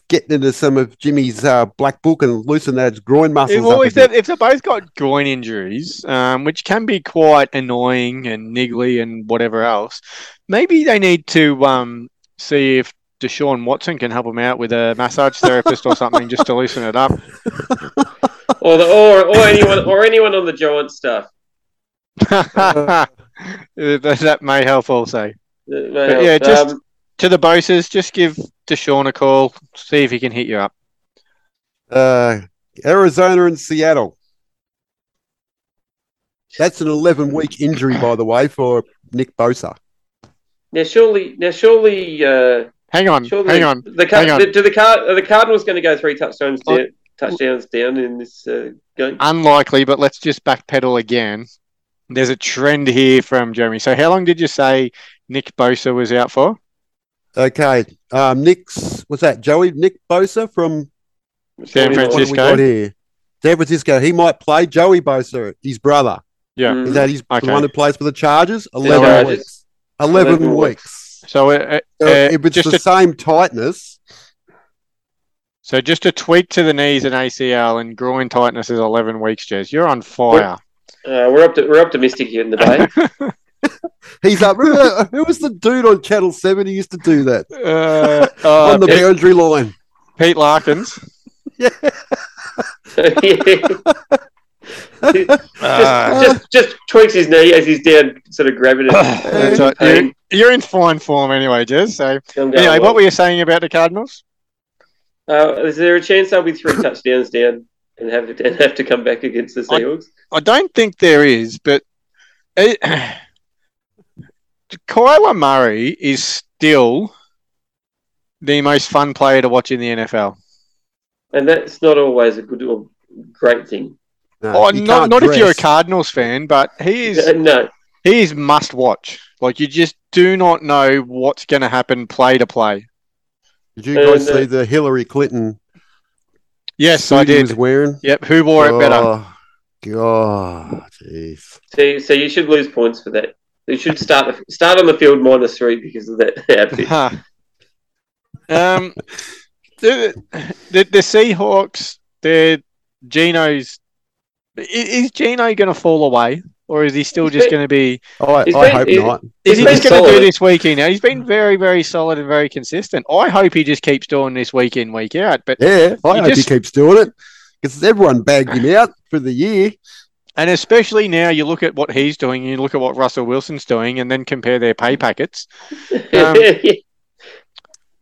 Speaker 2: getting into some of Jimmy's uh, black book and loosen those groin muscles.
Speaker 3: well,
Speaker 2: up a
Speaker 3: if they
Speaker 2: bit.
Speaker 3: if they both got groin injuries, um, which can be quite annoying and niggly and whatever else, maybe they need to um, see if Deshaun Watson can help them out with a massage therapist or something just to loosen it up.
Speaker 1: Or the or or anyone or anyone on the giant stuff. Uh,
Speaker 3: that that may help also.
Speaker 1: That may
Speaker 3: But
Speaker 1: help.
Speaker 3: yeah, just-
Speaker 1: um,
Speaker 3: To the Boses, just give Deshaun a call, see if he can hit you up.
Speaker 2: Uh, Arizona and Seattle. That's an 11 week injury, by the way, for Nick Bosa.
Speaker 1: now surely now surely uh,
Speaker 3: Hang on,
Speaker 1: surely
Speaker 3: hang on.
Speaker 1: the Car-
Speaker 3: hang on.
Speaker 1: the- do the Car- are the Cardinals going to go three touchdowns
Speaker 3: Oh.
Speaker 1: down, touchdowns down in this uh, game?
Speaker 3: Unlikely, but let's just backpedal again. There's a trend here from Jeremy. So, how long did you say Nick Bosa was out for?
Speaker 2: Okay. Um, Nick's, what's that, Joey? Nick Bosa from
Speaker 3: San
Speaker 1: Surely not.
Speaker 2: what have we
Speaker 3: Francisco.
Speaker 2: got here? San Francisco. He might play Joey Bosa, his brother.
Speaker 3: Yeah.
Speaker 1: Mm.
Speaker 2: Is that he's
Speaker 3: Mm-hmm. Okay.
Speaker 2: the one who plays for the Chargers? 11
Speaker 1: Chargers.
Speaker 2: weeks. 11,
Speaker 1: 11
Speaker 2: weeks.
Speaker 3: So, uh,
Speaker 2: So
Speaker 3: Uh,
Speaker 2: if it's
Speaker 3: just
Speaker 2: the
Speaker 3: a-
Speaker 2: same tightness,
Speaker 3: so just a tweak to the knees and ACL and groin tightness is 11 weeks, Jez. You're on fire.
Speaker 1: Uh, we're up to, we're optimistic here in the bay.
Speaker 2: he's up. Remember, who was the dude on Channel 7 who used to do that?
Speaker 3: Uh, uh,
Speaker 2: on the
Speaker 3: Pete,
Speaker 2: boundary line.
Speaker 3: Pete Larkins. Uh,
Speaker 1: just, just just tweaks his knee as he's down, sort of grabbing it. Uh,
Speaker 3: that's right.
Speaker 1: Pain.
Speaker 3: You- You're in fine form anyway, Jez. So,
Speaker 1: I'm going,
Speaker 3: anyway,
Speaker 1: well.
Speaker 3: what were you saying about the Cardinals?
Speaker 1: Uh, is there a chance they'll be three touchdowns down and have to, and have to come back against the
Speaker 3: I-
Speaker 1: Seahawks?
Speaker 3: I don't think there is, but it, Kyler Murray is still the most fun player to watch in the NFL.
Speaker 1: And that's not always a good or great thing.
Speaker 2: No,
Speaker 3: Oh,
Speaker 2: you
Speaker 3: not
Speaker 2: can't
Speaker 3: not if you're a
Speaker 2: dress.
Speaker 3: Cardinals fan, but he is
Speaker 1: Uh, no,
Speaker 3: he is must watch. Like you just do not know what's going to happen play to play.
Speaker 2: Did you guys
Speaker 1: And, uh,
Speaker 2: see the Hillary Clinton
Speaker 3: Yes,
Speaker 2: suit
Speaker 3: I
Speaker 2: he
Speaker 3: did.
Speaker 2: was wearing?
Speaker 3: Yep, who wore it better?
Speaker 2: Oh, God, jeez.
Speaker 1: so, so you should lose points for that. You should start start on the field minus three because of that outfit.
Speaker 3: Huh. Um, the, the the Seahawks, the Geno's. i- Is Geno going to fall away, or is he still just going to be?
Speaker 2: I,
Speaker 1: He's
Speaker 2: I
Speaker 1: been-
Speaker 2: hope
Speaker 1: he-
Speaker 2: not.
Speaker 3: Is
Speaker 1: He's
Speaker 3: he
Speaker 1: been
Speaker 3: just going to do
Speaker 1: solid.
Speaker 3: this week in? He's been very, very solid and very consistent. I hope he just keeps doing this week in, week out. But
Speaker 2: Yeah, I
Speaker 3: He
Speaker 2: hope
Speaker 3: just-
Speaker 2: he keeps doing it because everyone bagged him out for the year.
Speaker 3: and especially now, you look at what he's doing, you look at what Russell Wilson's doing, and then compare their pay packets. Um,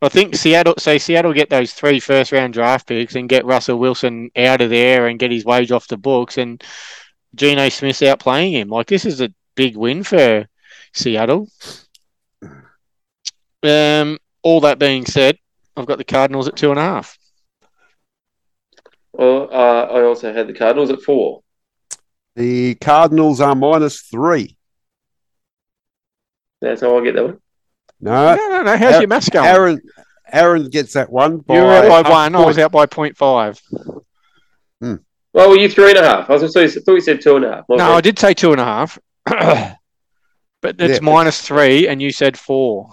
Speaker 3: I think Seattle. So Seattle get those three first round draft picks and get Russell Wilson out of there and get his wage off the books and Geno Smith's out playing him. Like this is a big win for Seattle. Um. All that being said, I've got the Cardinals at two and a half.
Speaker 1: Well, uh, I also had the Cardinals at four.
Speaker 2: The Cardinals are minus three.
Speaker 1: That's how I get that one.
Speaker 2: No,
Speaker 3: no, no, no. How's
Speaker 2: Ar-
Speaker 3: your mask going?
Speaker 2: Aaron Aaron gets that one. By
Speaker 3: you were out by
Speaker 2: half
Speaker 3: one. I was
Speaker 2: point.
Speaker 3: out by point five.
Speaker 1: Well, were you three and a half? I was just, I thought you said two and a half. My
Speaker 3: No, I
Speaker 1: bad.
Speaker 3: did say two and a half. But it's
Speaker 2: Yeah.
Speaker 3: minus three, and you said four.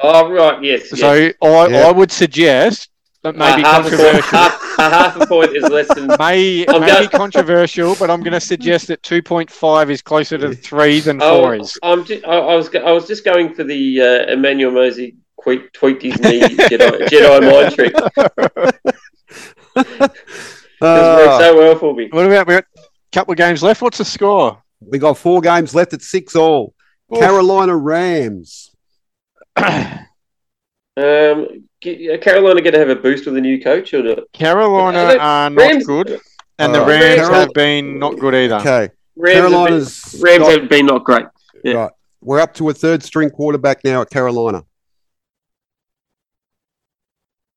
Speaker 1: Oh, right. Yes. yes.
Speaker 3: So I,
Speaker 2: Yeah.
Speaker 3: I would suggest that may be
Speaker 1: Uh, half a
Speaker 3: controversial.
Speaker 1: point- half- a half a point is less than
Speaker 3: may
Speaker 1: I'm
Speaker 3: may
Speaker 1: go-
Speaker 3: be controversial, but I'm going to suggest that 2.5 is closer to three than
Speaker 1: Oh,
Speaker 3: four is.
Speaker 1: I'm just, I, I was go- I was just going for the uh, Emmanuel Mosey que- tweaked his knee Jedi, Jedi mind trick. It worked
Speaker 2: Uh,
Speaker 1: so well for me.
Speaker 3: What about we got a couple of games left? What's the score?
Speaker 2: we got four games left at six all. Carolina Rams.
Speaker 1: Um, g- are Carolina going to have a boost with a new coach or not?
Speaker 3: Carolina
Speaker 1: Look,
Speaker 3: are not
Speaker 1: Rams-
Speaker 3: good, and the
Speaker 2: Uh,
Speaker 3: Rams
Speaker 1: Carol-
Speaker 3: have been not good either.
Speaker 2: Okay.
Speaker 1: Rams have
Speaker 2: Carolina's.
Speaker 1: been, Rams
Speaker 2: got-
Speaker 1: have been not great. yeah.
Speaker 2: Right. We're up to a third string quarterback now at Carolina.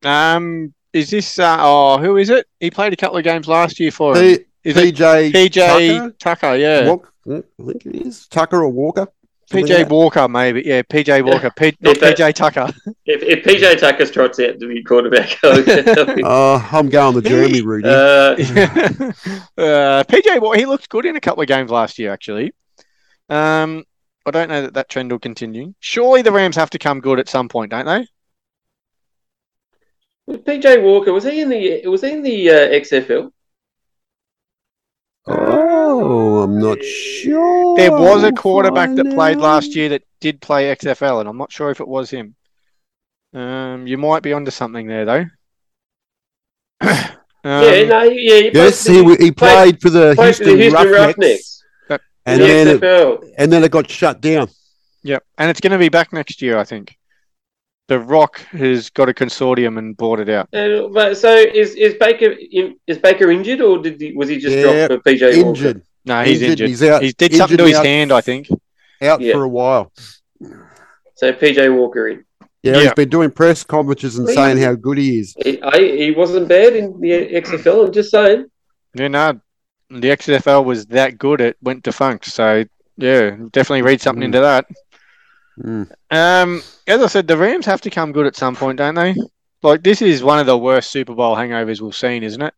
Speaker 3: Um, is this? Uh, oh, who is it? He played a couple of games last year for him.
Speaker 2: P-
Speaker 3: Is it
Speaker 2: PJ.
Speaker 3: PJ
Speaker 2: Tucker?
Speaker 3: Tucker? yeah.
Speaker 2: Walk- I think it is. Tucker or Walker? Something
Speaker 3: PJ
Speaker 2: like that.
Speaker 3: Walker, maybe. Yeah, PJ Walker. P-
Speaker 1: Yeah,
Speaker 3: not
Speaker 1: but-
Speaker 3: PJ Tucker.
Speaker 1: If, if PJ Tucker trots out to be quarterback, I'll-
Speaker 2: Uh, I'm going the Jeremy Rudy.
Speaker 1: uh,
Speaker 3: uh, PJ Walker, he looked good in a couple of games last year, actually. Um, I don't know that that trend will continue. Surely the Rams have to come good at some point, don't they?
Speaker 1: PJ Walker was he in the was he in the uh, XFL?
Speaker 2: oh, I'm not sure.
Speaker 3: There was a
Speaker 2: We'll
Speaker 3: quarterback that
Speaker 2: find
Speaker 3: played
Speaker 2: out.
Speaker 3: last year that did play XFL, and I'm not sure if it was him. Um, you might be onto something there, though. Um,
Speaker 1: yeah, no, yeah. He
Speaker 2: Yes,
Speaker 1: played for the-
Speaker 2: he, w- he played for the
Speaker 1: played for
Speaker 2: Houston,
Speaker 1: the Houston
Speaker 2: Roughnecks,
Speaker 1: Roughnecks. in
Speaker 2: and
Speaker 1: the
Speaker 2: then it,
Speaker 1: XFL.
Speaker 2: and then it got shut down.
Speaker 3: Yep, and it's going to be back next year, I think. The Rock has got a consortium and bought it out.
Speaker 1: And, but so is is Baker in- is Baker injured or did he, was he just
Speaker 2: Yeah,
Speaker 1: dropped for PJ
Speaker 2: Injured,
Speaker 3: No, Uh, he's
Speaker 2: Injured,
Speaker 3: injured.
Speaker 2: he's out-
Speaker 3: He did something
Speaker 2: injured
Speaker 3: to his
Speaker 2: out.
Speaker 3: hand, I think.
Speaker 2: out
Speaker 1: Yeah.
Speaker 2: for a while.
Speaker 1: Walker? So PJ Walker in.
Speaker 2: Yeah,
Speaker 3: Yeah.
Speaker 2: he's been doing press conferences and
Speaker 1: Really?
Speaker 2: saying how good he is.
Speaker 1: He, I, he wasn't bad in the XFL. I'm just saying.
Speaker 3: Yeah, no, the XFL was that good it went defunct. So yeah, definitely read something
Speaker 2: Mm.
Speaker 3: into that.
Speaker 2: Mm.
Speaker 3: Um, as I said, the Rams have to come good at some point, don't they? Like this is one of the worst Super Bowl hangovers we've seen, isn't it?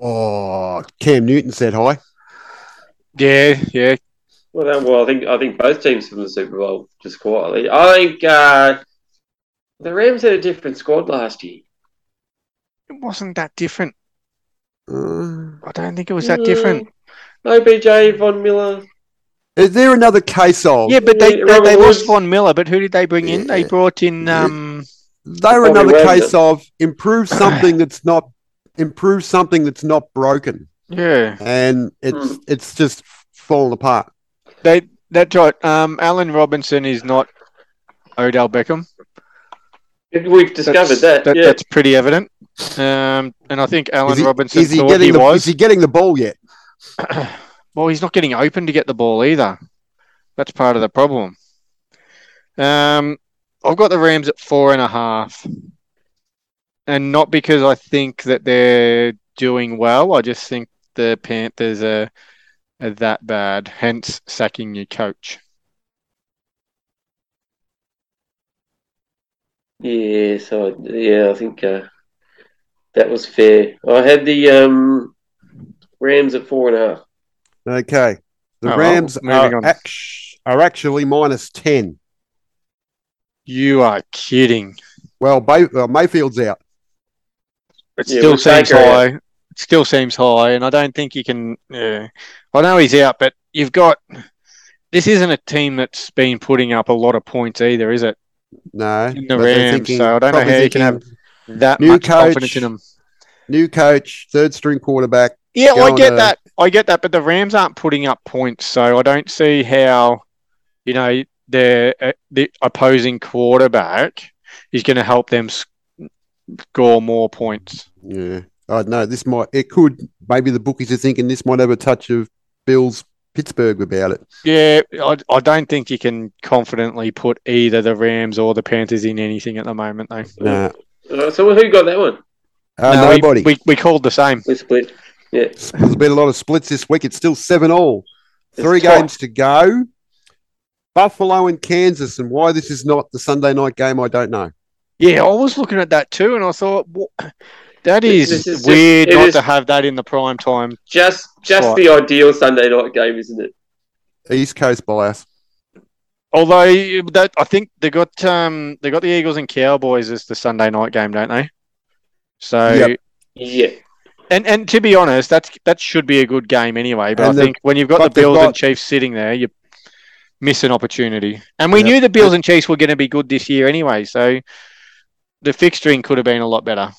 Speaker 2: Oh, Cam Newton said hi.
Speaker 3: Yeah, yeah.
Speaker 1: Well, then, well, I think I think both teams from the Super Bowl just quietly. I think uh, the Rams had a different squad last year.
Speaker 3: It wasn't that different.
Speaker 2: Uh,
Speaker 3: I don't think it was that different.
Speaker 1: Mm, No BJ Von Miller.
Speaker 2: is there another case of?
Speaker 3: Yeah, but they they,
Speaker 1: Robert
Speaker 3: they
Speaker 1: Woods.
Speaker 3: lost Von Miller, but who did they bring in? They
Speaker 2: Yeah.
Speaker 3: brought in um
Speaker 2: They're
Speaker 1: Bobby
Speaker 2: another
Speaker 1: Wagner.
Speaker 2: case of improve something that's not improve something that's not broken,
Speaker 3: Yeah.
Speaker 2: and it's it's just fallen apart.
Speaker 3: They that's right. Um Alan Robinson is not Odell Beckham.
Speaker 1: We've discovered that. yeah.
Speaker 3: That's pretty evident. Um, and I think Alan
Speaker 2: is he,
Speaker 3: Robinson
Speaker 2: is he
Speaker 3: thought
Speaker 2: getting
Speaker 3: he
Speaker 2: the
Speaker 3: was.
Speaker 2: is he getting the ball yet?
Speaker 3: well, he's not getting open to get the ball either. That's part of the problem. Um, I've got the Rams at four and a half, and not because I think that they're doing well. I just think the Panthers are, are that bad. Hence, sacking your coach.
Speaker 1: Yeah, so I- yeah, I think uh, that was fair. I had the um, Rams at four and a half.
Speaker 2: Okay, the
Speaker 3: Oh, well,
Speaker 2: Rams
Speaker 3: moving
Speaker 2: are,
Speaker 3: on.
Speaker 2: act- are actually minus ten.
Speaker 3: You are kidding.
Speaker 2: Well, Bay- well, Mayfield's out.
Speaker 3: It
Speaker 1: Yeah,
Speaker 3: still
Speaker 1: with
Speaker 3: seems
Speaker 1: Baker out.
Speaker 3: high. It still seems high, and I don't think you can. Yeah. I know he's out, but you've got this isn't a team that's been putting up a lot of points either, is it?
Speaker 2: No,
Speaker 3: In the
Speaker 2: but they're
Speaker 3: Rams, so I don't know
Speaker 2: probably
Speaker 3: how you can have
Speaker 2: thinking
Speaker 3: That
Speaker 2: New
Speaker 3: much
Speaker 2: coach.
Speaker 3: confidence in them.
Speaker 2: new coach, third string quarterback.
Speaker 3: Yeah, I
Speaker 2: Going
Speaker 3: get
Speaker 2: to-
Speaker 3: that. I get that, but the Rams aren't putting up points, so I don't see how you know their uh, the opposing quarterback is going to help them s- score more points.
Speaker 2: Yeah, I don't know. This might it could maybe the bookies are thinking this might have a touch of Bills Pittsburgh about it.
Speaker 3: Yeah, I, I don't think you can confidently put either the Rams or the Panthers in anything at the moment, though.
Speaker 2: No,
Speaker 1: Uh, so who got that one?
Speaker 2: uh,
Speaker 3: No, we-
Speaker 2: nobody.
Speaker 3: We, we, called the same.
Speaker 1: We split. Yeah.
Speaker 2: There's been a lot of splits this week. It's still seven all.
Speaker 1: It's
Speaker 2: Three
Speaker 1: tight.
Speaker 2: games to go. Buffalo and Kansas, and why this is not the Sunday night game, I don't know.
Speaker 3: Yeah, I was looking at that too, and I thought, "Wha- that
Speaker 1: This-
Speaker 3: is,
Speaker 1: this is just-
Speaker 3: weird
Speaker 1: it
Speaker 3: not
Speaker 1: is-
Speaker 3: to have that in the prime time.
Speaker 1: Just just
Speaker 3: Right.
Speaker 1: the ideal Sunday night game, isn't it?
Speaker 2: East Coast bias.
Speaker 3: Although that I think they got um they got the Eagles and Cowboys as the Sunday night game, don't they? So
Speaker 2: Yep.
Speaker 1: Yeah.
Speaker 3: and and to be honest, that's that should be a good game anyway. But
Speaker 2: And
Speaker 3: I
Speaker 2: the-
Speaker 3: think when you've got the
Speaker 2: but they've
Speaker 3: Bills and
Speaker 2: got-
Speaker 3: Chiefs sitting there, you miss an opportunity. And we
Speaker 2: Yep.
Speaker 3: knew the Bills and Chiefs were going to be good this year anyway, so the fixturing could have been a lot better.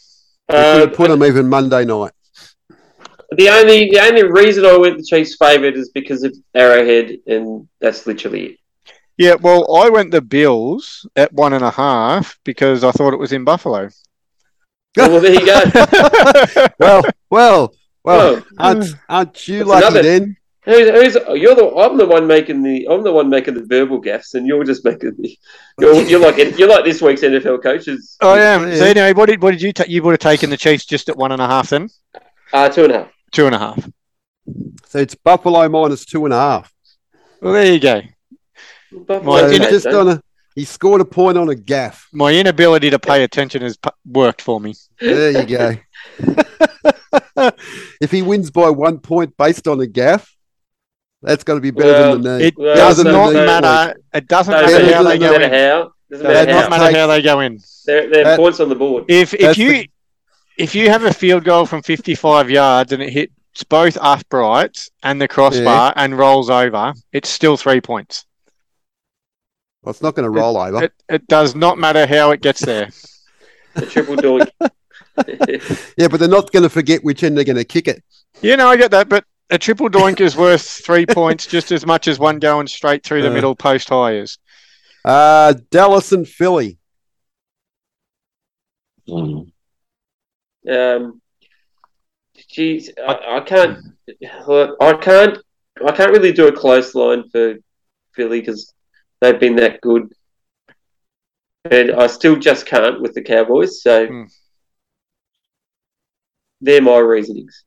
Speaker 2: They could
Speaker 1: Um,
Speaker 2: have put them even Monday night.
Speaker 1: the only the only reason I went the Chiefs favoured is because of Arrowhead, and that's literally it.
Speaker 3: Yeah, well, I went the Bills at one and a half because I thought it was in Buffalo.
Speaker 1: well, there you go.
Speaker 2: Well, well, well.
Speaker 1: Well, hmm.
Speaker 2: Aren't, aren't you
Speaker 1: That's
Speaker 2: lucky
Speaker 1: another-
Speaker 2: then?
Speaker 1: who's, who's, you're the I'm the one making the I'm the one making the verbal gaffes, and you're just making the you're, you're like you're like this week's NFL coaches.
Speaker 3: I am. So
Speaker 2: Yeah.
Speaker 3: anyway, what did what did you take? You would have taken the Chiefs just at one and a half, then
Speaker 1: Uh, two and a half.
Speaker 3: two and a half.
Speaker 2: So it's Buffalo minus two and a half.
Speaker 3: Well, there you go.
Speaker 1: Buffalo
Speaker 3: Well,
Speaker 2: So
Speaker 3: Mine-
Speaker 1: Chiefs,
Speaker 3: in
Speaker 2: just
Speaker 1: don't-
Speaker 2: on a, he scored a point on a gaff.
Speaker 3: My inability to pay attention has pu- worked for me.
Speaker 2: There you go. if he wins by one point based on a gaff, that's going to be better than the knee.
Speaker 3: It
Speaker 1: Well,
Speaker 3: does
Speaker 2: doesn't
Speaker 3: not
Speaker 2: matter.
Speaker 3: matter. It doesn't
Speaker 1: Doesn't
Speaker 3: matter
Speaker 2: better
Speaker 3: how
Speaker 2: than
Speaker 3: they
Speaker 1: matter
Speaker 3: go
Speaker 2: that.
Speaker 1: doesn't
Speaker 3: in.
Speaker 1: matter how. Doesn't
Speaker 3: Does
Speaker 1: matter
Speaker 2: They're
Speaker 1: how.
Speaker 3: not
Speaker 2: not-
Speaker 3: matter
Speaker 2: take-
Speaker 3: how they go in.
Speaker 1: They're, they're
Speaker 2: that-
Speaker 1: points on the board.
Speaker 3: If if
Speaker 2: That's
Speaker 3: you
Speaker 2: the-
Speaker 3: if you have a field goal from fifty five yards and it hits both uprights and the crossbar and rolls over, it's still three points.
Speaker 2: Well, it's not going to roll over.
Speaker 3: It, it does not matter how it gets there.
Speaker 1: The triple doink.
Speaker 2: yeah, but they're not going to forget which end they're going to kick it.
Speaker 3: Yeah, no, I get that, but a triple doink is worth three points just as much as one going straight through the
Speaker 2: Uh.
Speaker 3: middle post high is.
Speaker 2: Uh, Dallas and Philly.
Speaker 1: um, geez, I, I can't. I can't. I can't really do a close line for Philly because they've been that good, and I still just can't with the Cowboys. So
Speaker 3: Hmm.
Speaker 1: they're my reasonings.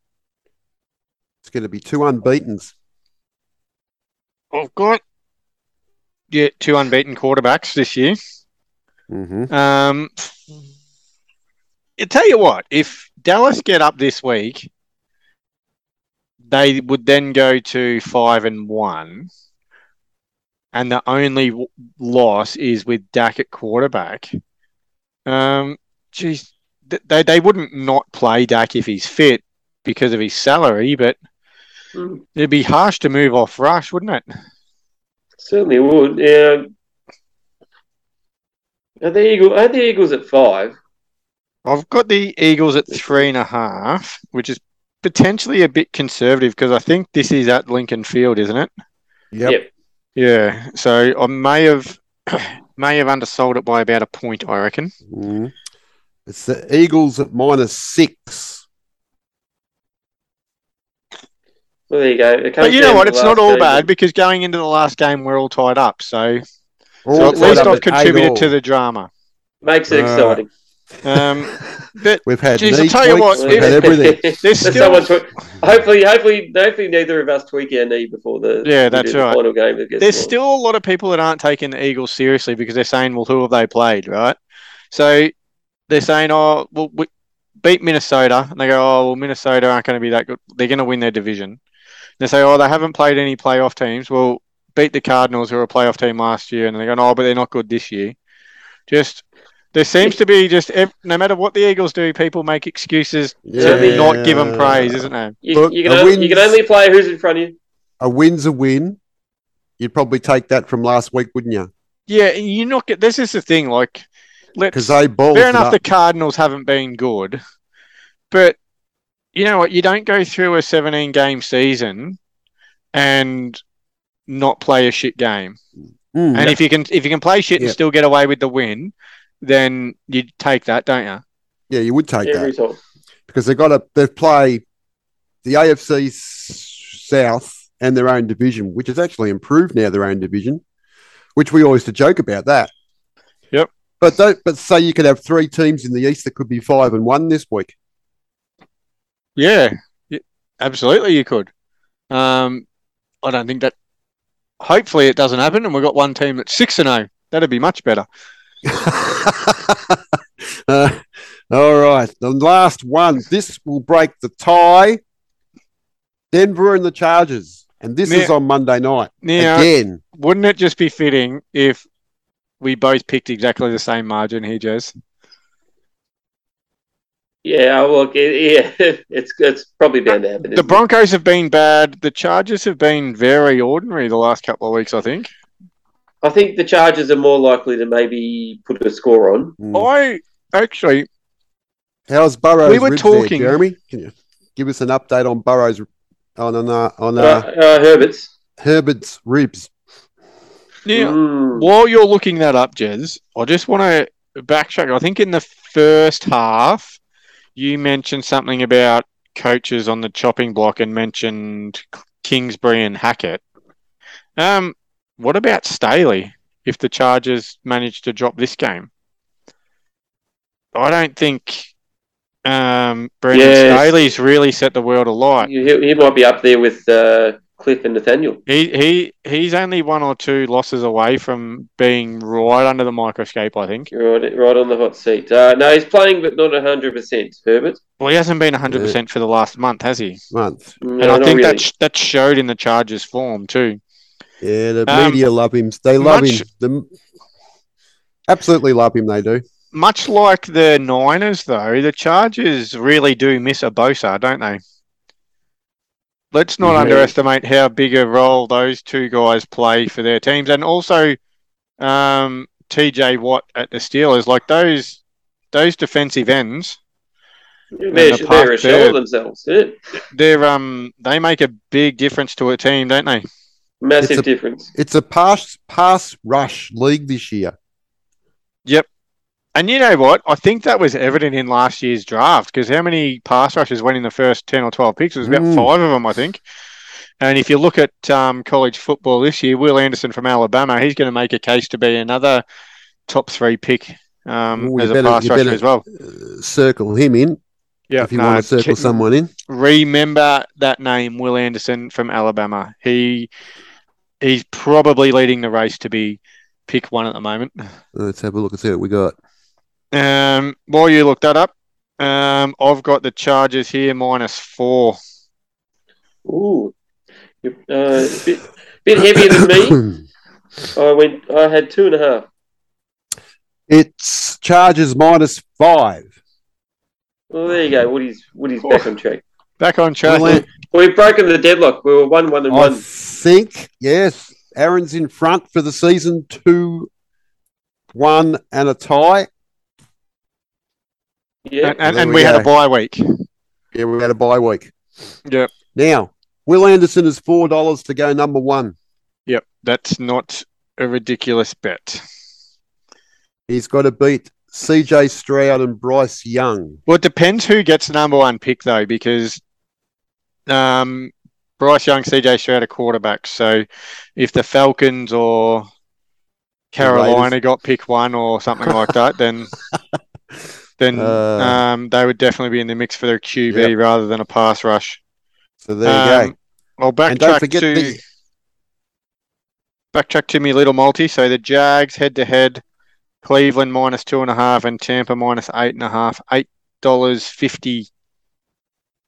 Speaker 2: It's going to be two unbeatens.
Speaker 3: I've got yeah two unbeaten quarterbacks this year.
Speaker 2: Mm-hmm.
Speaker 3: Um, I tell you what, if Dallas get up this week, they would then go to five and one, and the only w- loss is with Dak at quarterback. Um, geez, th- they they wouldn't not play Dak if he's fit because of his salary, but
Speaker 1: Hmm.
Speaker 3: it'd be harsh to move off Rush, wouldn't it?
Speaker 1: Certainly would. Yeah. Are the Eagles? Are the Eagles at five?
Speaker 3: I've got the Eagles at three and a half, which is potentially a bit conservative because I think this is at Lincoln Field, isn't it?
Speaker 2: Yep.
Speaker 1: Yep.
Speaker 3: Yeah. So I may have may have undersold it by about a point, I reckon.
Speaker 2: Mhm. It's the Eagles at minus six.
Speaker 1: Well, there you go. It comes
Speaker 3: But you know
Speaker 1: down
Speaker 3: what?
Speaker 1: to the
Speaker 3: It's not
Speaker 1: last
Speaker 3: all
Speaker 1: game.
Speaker 3: bad because going into the last game, we're all tied up. So,
Speaker 2: All
Speaker 3: so at
Speaker 1: tied
Speaker 3: least
Speaker 1: up
Speaker 2: at eight
Speaker 3: I've
Speaker 2: all.
Speaker 3: contributed to the drama.
Speaker 1: Makes it
Speaker 2: Uh,
Speaker 1: exciting.
Speaker 3: Um, but
Speaker 2: We've had
Speaker 3: Jeez, I'll
Speaker 2: knee
Speaker 3: tell you
Speaker 2: tweaks,
Speaker 3: what,
Speaker 2: we've had
Speaker 3: if-
Speaker 2: everything.
Speaker 3: there's
Speaker 1: Let
Speaker 3: still-
Speaker 1: someone tweak- hopefully, hopefully, hopefully, neither of us tweak our knee before the
Speaker 3: Yeah, that's
Speaker 1: the
Speaker 3: right.
Speaker 1: final game. Against
Speaker 3: there's
Speaker 1: Geelong.
Speaker 3: still a lot of people that aren't taking the Eagles seriously because they're saying, well, who have they played, right? So they're saying, oh, well, we beat Minnesota. And they go, oh, well, Minnesota aren't going to be that good. They're going to win their division. They say, oh, they haven't played any playoff teams. Well, beat the Cardinals, who were a playoff team last year. And they go, oh, but they're not good this year. Just, there seems to be just, ev- no matter what the Eagles do, people make excuses to
Speaker 1: Yeah.
Speaker 3: not give them praise, isn't there?
Speaker 1: you,
Speaker 2: Look,
Speaker 1: you can
Speaker 2: the
Speaker 1: only,
Speaker 2: wins-
Speaker 1: you can only play who's in front of you.
Speaker 2: A win's a win. You'd probably take that from last week, wouldn't you?
Speaker 3: Yeah, and you're not get. This is the thing. Like,
Speaker 2: Because
Speaker 3: let's.
Speaker 2: they balled
Speaker 3: Fair
Speaker 2: it
Speaker 3: enough.
Speaker 2: up.
Speaker 3: The Cardinals haven't been good, but you know what? You don't go through a 17 game season and not play a shit game.
Speaker 2: Mm.
Speaker 3: And if you can, if you can play shit and
Speaker 2: Yeah.
Speaker 3: still get away with the win, then you take that, don't you?
Speaker 2: Yeah, you would take
Speaker 1: every
Speaker 2: that
Speaker 1: time.
Speaker 2: because they got to they play the AFC s- South and their own division, which has actually improved now their own division, which we always used to joke about that.
Speaker 3: Yep.
Speaker 2: But tho- but say you could have three teams in the East that could be five and one this week.
Speaker 3: Yeah, y- absolutely. You could. Um, I don't think that. Hopefully, it doesn't happen, and we've got one team that's six and zero. That'd be much better.
Speaker 2: Uh, all right, the last one. This will break the tie. Denver and the Chargers. And this
Speaker 3: Now-
Speaker 2: is on Monday night
Speaker 3: Now,
Speaker 2: again.
Speaker 3: wouldn't it just be fitting if we both picked exactly the same margin here, Jez?
Speaker 1: Yeah, look, it, yeah, it's it's probably bound to happen.
Speaker 3: The
Speaker 1: isn't it?
Speaker 3: Broncos have been bad. The Chargers have been very ordinary the last couple of weeks, I think.
Speaker 1: I think the Chargers are more likely to maybe put a score on.
Speaker 2: Mm.
Speaker 3: I actually,
Speaker 2: How's Burrows?
Speaker 3: We were
Speaker 2: ribs there,
Speaker 3: talking-
Speaker 2: Jeremy. Can you give us an update on Burrows on on uh, on
Speaker 1: Uh,
Speaker 2: uh,
Speaker 1: uh, Herbert's.
Speaker 2: Herbert's ribs?
Speaker 3: yeah,
Speaker 1: Mm.
Speaker 3: while you're looking that up, Jez, I just want to backtrack. I think in the first half, you mentioned something about coaches on the chopping block and mentioned Kingsbury and Hackett. Um, what about Staley if the Chargers manage to drop this game? I don't think um, Brendan
Speaker 1: Yes.
Speaker 3: Staley's really set the world alight.
Speaker 1: He, he might be up there with uh, Cliff and Nathaniel.
Speaker 3: He, he he's only one or two losses away from being right under the microscope, I think.
Speaker 1: You're right, right on the hot seat. Uh, no, he's playing, but not 100%, Herbert.
Speaker 3: Well, he hasn't been 100% for the last month, has he?
Speaker 2: Month.
Speaker 1: No,
Speaker 3: And I
Speaker 1: not
Speaker 3: think
Speaker 1: really.
Speaker 3: that sh- that showed in the Chargers' form too.
Speaker 2: Yeah, the
Speaker 3: Um,
Speaker 2: media love him. They love
Speaker 3: much-
Speaker 2: him. The, absolutely love him. They do.
Speaker 3: Much like the Niners, though, the Chargers really do miss a Bosa, don't they? Let's not
Speaker 1: Yeah.
Speaker 3: underestimate how big a role those two guys play for their teams, and also um, T.J. Watt at the Steelers. Like those those defensive ends,
Speaker 1: They're,
Speaker 3: the
Speaker 1: they're
Speaker 3: park
Speaker 1: a shell
Speaker 3: there.
Speaker 1: of themselves. Yeah.
Speaker 3: they're um they make a big difference to a team, don't they?
Speaker 1: Massive
Speaker 2: It's a-
Speaker 1: difference.
Speaker 2: It's a pass pass rush league this year.
Speaker 3: And you know what? I think that was evident in last year's draft because how many pass rushes went in the first 10 or 12 picks? It was about
Speaker 2: Mm.
Speaker 3: five of them, I think. And if you look at um, college football this year, Will Anderson from Alabama, he's going to make a case to be another top three pick um,
Speaker 2: Ooh, you
Speaker 3: as a
Speaker 2: better-
Speaker 3: pass
Speaker 2: you
Speaker 3: rusher
Speaker 2: better-
Speaker 3: as well.
Speaker 2: Uh, circle him in
Speaker 3: Yeah, uh,
Speaker 2: if you want to circle someone in.
Speaker 3: Remember that name, Will Anderson from Alabama. He He's probably leading the race to be pick one at the moment.
Speaker 2: Let's have a look and see what we got.
Speaker 3: Um, while you look that up, um, I've got the Chargers here minus four.
Speaker 1: Ooh. You're, Uh, a bit, bit heavier than me. I went. I had two and a half.
Speaker 2: it's Chargers minus five.
Speaker 1: Well, there you go. Woody's Woody's back on track.
Speaker 3: Back on track.
Speaker 2: Will An-
Speaker 1: We've broken the deadlock. We were one, one, and
Speaker 2: I
Speaker 1: one.
Speaker 2: think yes. Aaron's in front for the season. Two, one, and a tie.
Speaker 1: Yeah.
Speaker 3: and and,
Speaker 2: There
Speaker 3: and
Speaker 2: we
Speaker 3: we, had
Speaker 2: go.
Speaker 3: a bye week.
Speaker 2: Yeah, we had a bye week.
Speaker 3: Yep.
Speaker 2: Now, Will Anderson is four dollars to go number one.
Speaker 3: Yep. That's not a ridiculous bet.
Speaker 2: He's got to beat C.J. Stroud and Bryce Young.
Speaker 3: Well, it depends who gets the number one pick, though, because um, Bryce Young, CJ Stroud are quarterbacks. So if the Falcons or Carolina got pick one or something like that, then then
Speaker 2: Uh.
Speaker 3: um, they would definitely be in the mix for their QB rather than a pass rush.
Speaker 2: So there you
Speaker 3: Um, I'll
Speaker 2: go.
Speaker 3: backtrack
Speaker 2: And don't forget
Speaker 3: to
Speaker 2: the
Speaker 3: backtrack to me little multi. So the Jags head to head, Cleveland minus two and a half, and Tampa minus eight and a half. Eight dollars fifty.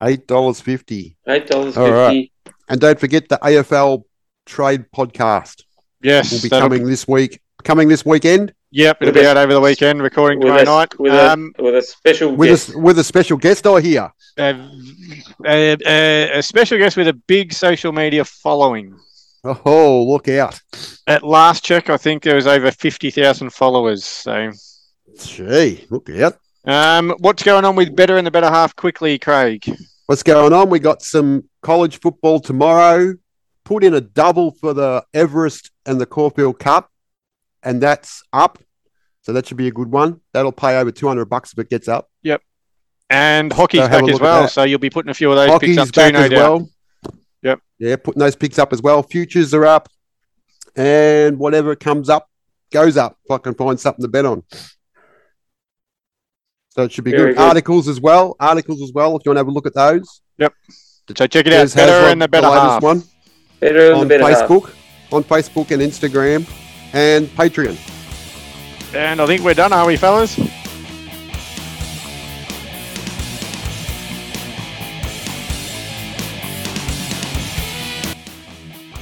Speaker 2: eight dollars fifty.
Speaker 1: Eight dollars
Speaker 2: All
Speaker 1: fifty.
Speaker 2: right. And don't forget the AFL trade podcast
Speaker 3: Yes,
Speaker 2: will be
Speaker 3: that'll-
Speaker 2: coming this week. Coming this weekend
Speaker 3: Yep, it'll
Speaker 1: With
Speaker 3: be
Speaker 1: a-
Speaker 3: out over the weekend. Recording
Speaker 1: with
Speaker 3: tomorrow
Speaker 1: a-
Speaker 3: night.
Speaker 1: With,
Speaker 3: um,
Speaker 1: a, with a special
Speaker 2: with
Speaker 1: guest.
Speaker 2: a with a special guest. I hear.
Speaker 3: a, a, a, a special guest with a big social media following.
Speaker 2: Oh, look out!
Speaker 3: At last check, I think there was over fifty thousand followers. So,
Speaker 2: Gee, look out!
Speaker 3: um, what's going on with better and the better half? Quickly, Craig.
Speaker 2: What's going on? We got some college football tomorrow. Put in a double for the Everest and the Caulfield Cup, and that's up. So that should be a good one. That'll pay over two hundred bucks if it gets up.
Speaker 3: And hockey's
Speaker 2: So have a
Speaker 3: back as
Speaker 2: look at
Speaker 3: well,
Speaker 2: that.
Speaker 3: so you'll be putting a few of those
Speaker 2: Hockey's
Speaker 3: picks up too,
Speaker 2: back
Speaker 3: no
Speaker 2: as
Speaker 3: doubt.
Speaker 2: well.
Speaker 3: Yep.
Speaker 2: Yeah, putting those picks up as well. Futures are up, and whatever comes up goes up. If I can find something to bet on, so it should be
Speaker 1: Very
Speaker 2: good.
Speaker 1: good.
Speaker 2: Articles as well. Articles as well. If you want to have a look at those.
Speaker 3: So check it out.
Speaker 2: There's
Speaker 3: Better
Speaker 2: Haslam,
Speaker 3: and the better
Speaker 2: latest
Speaker 3: half.
Speaker 2: one
Speaker 1: better than the
Speaker 2: on
Speaker 1: better half.
Speaker 2: Facebook, on Facebook and Instagram, and Patreon.
Speaker 3: And I think we're done, are we, fellas?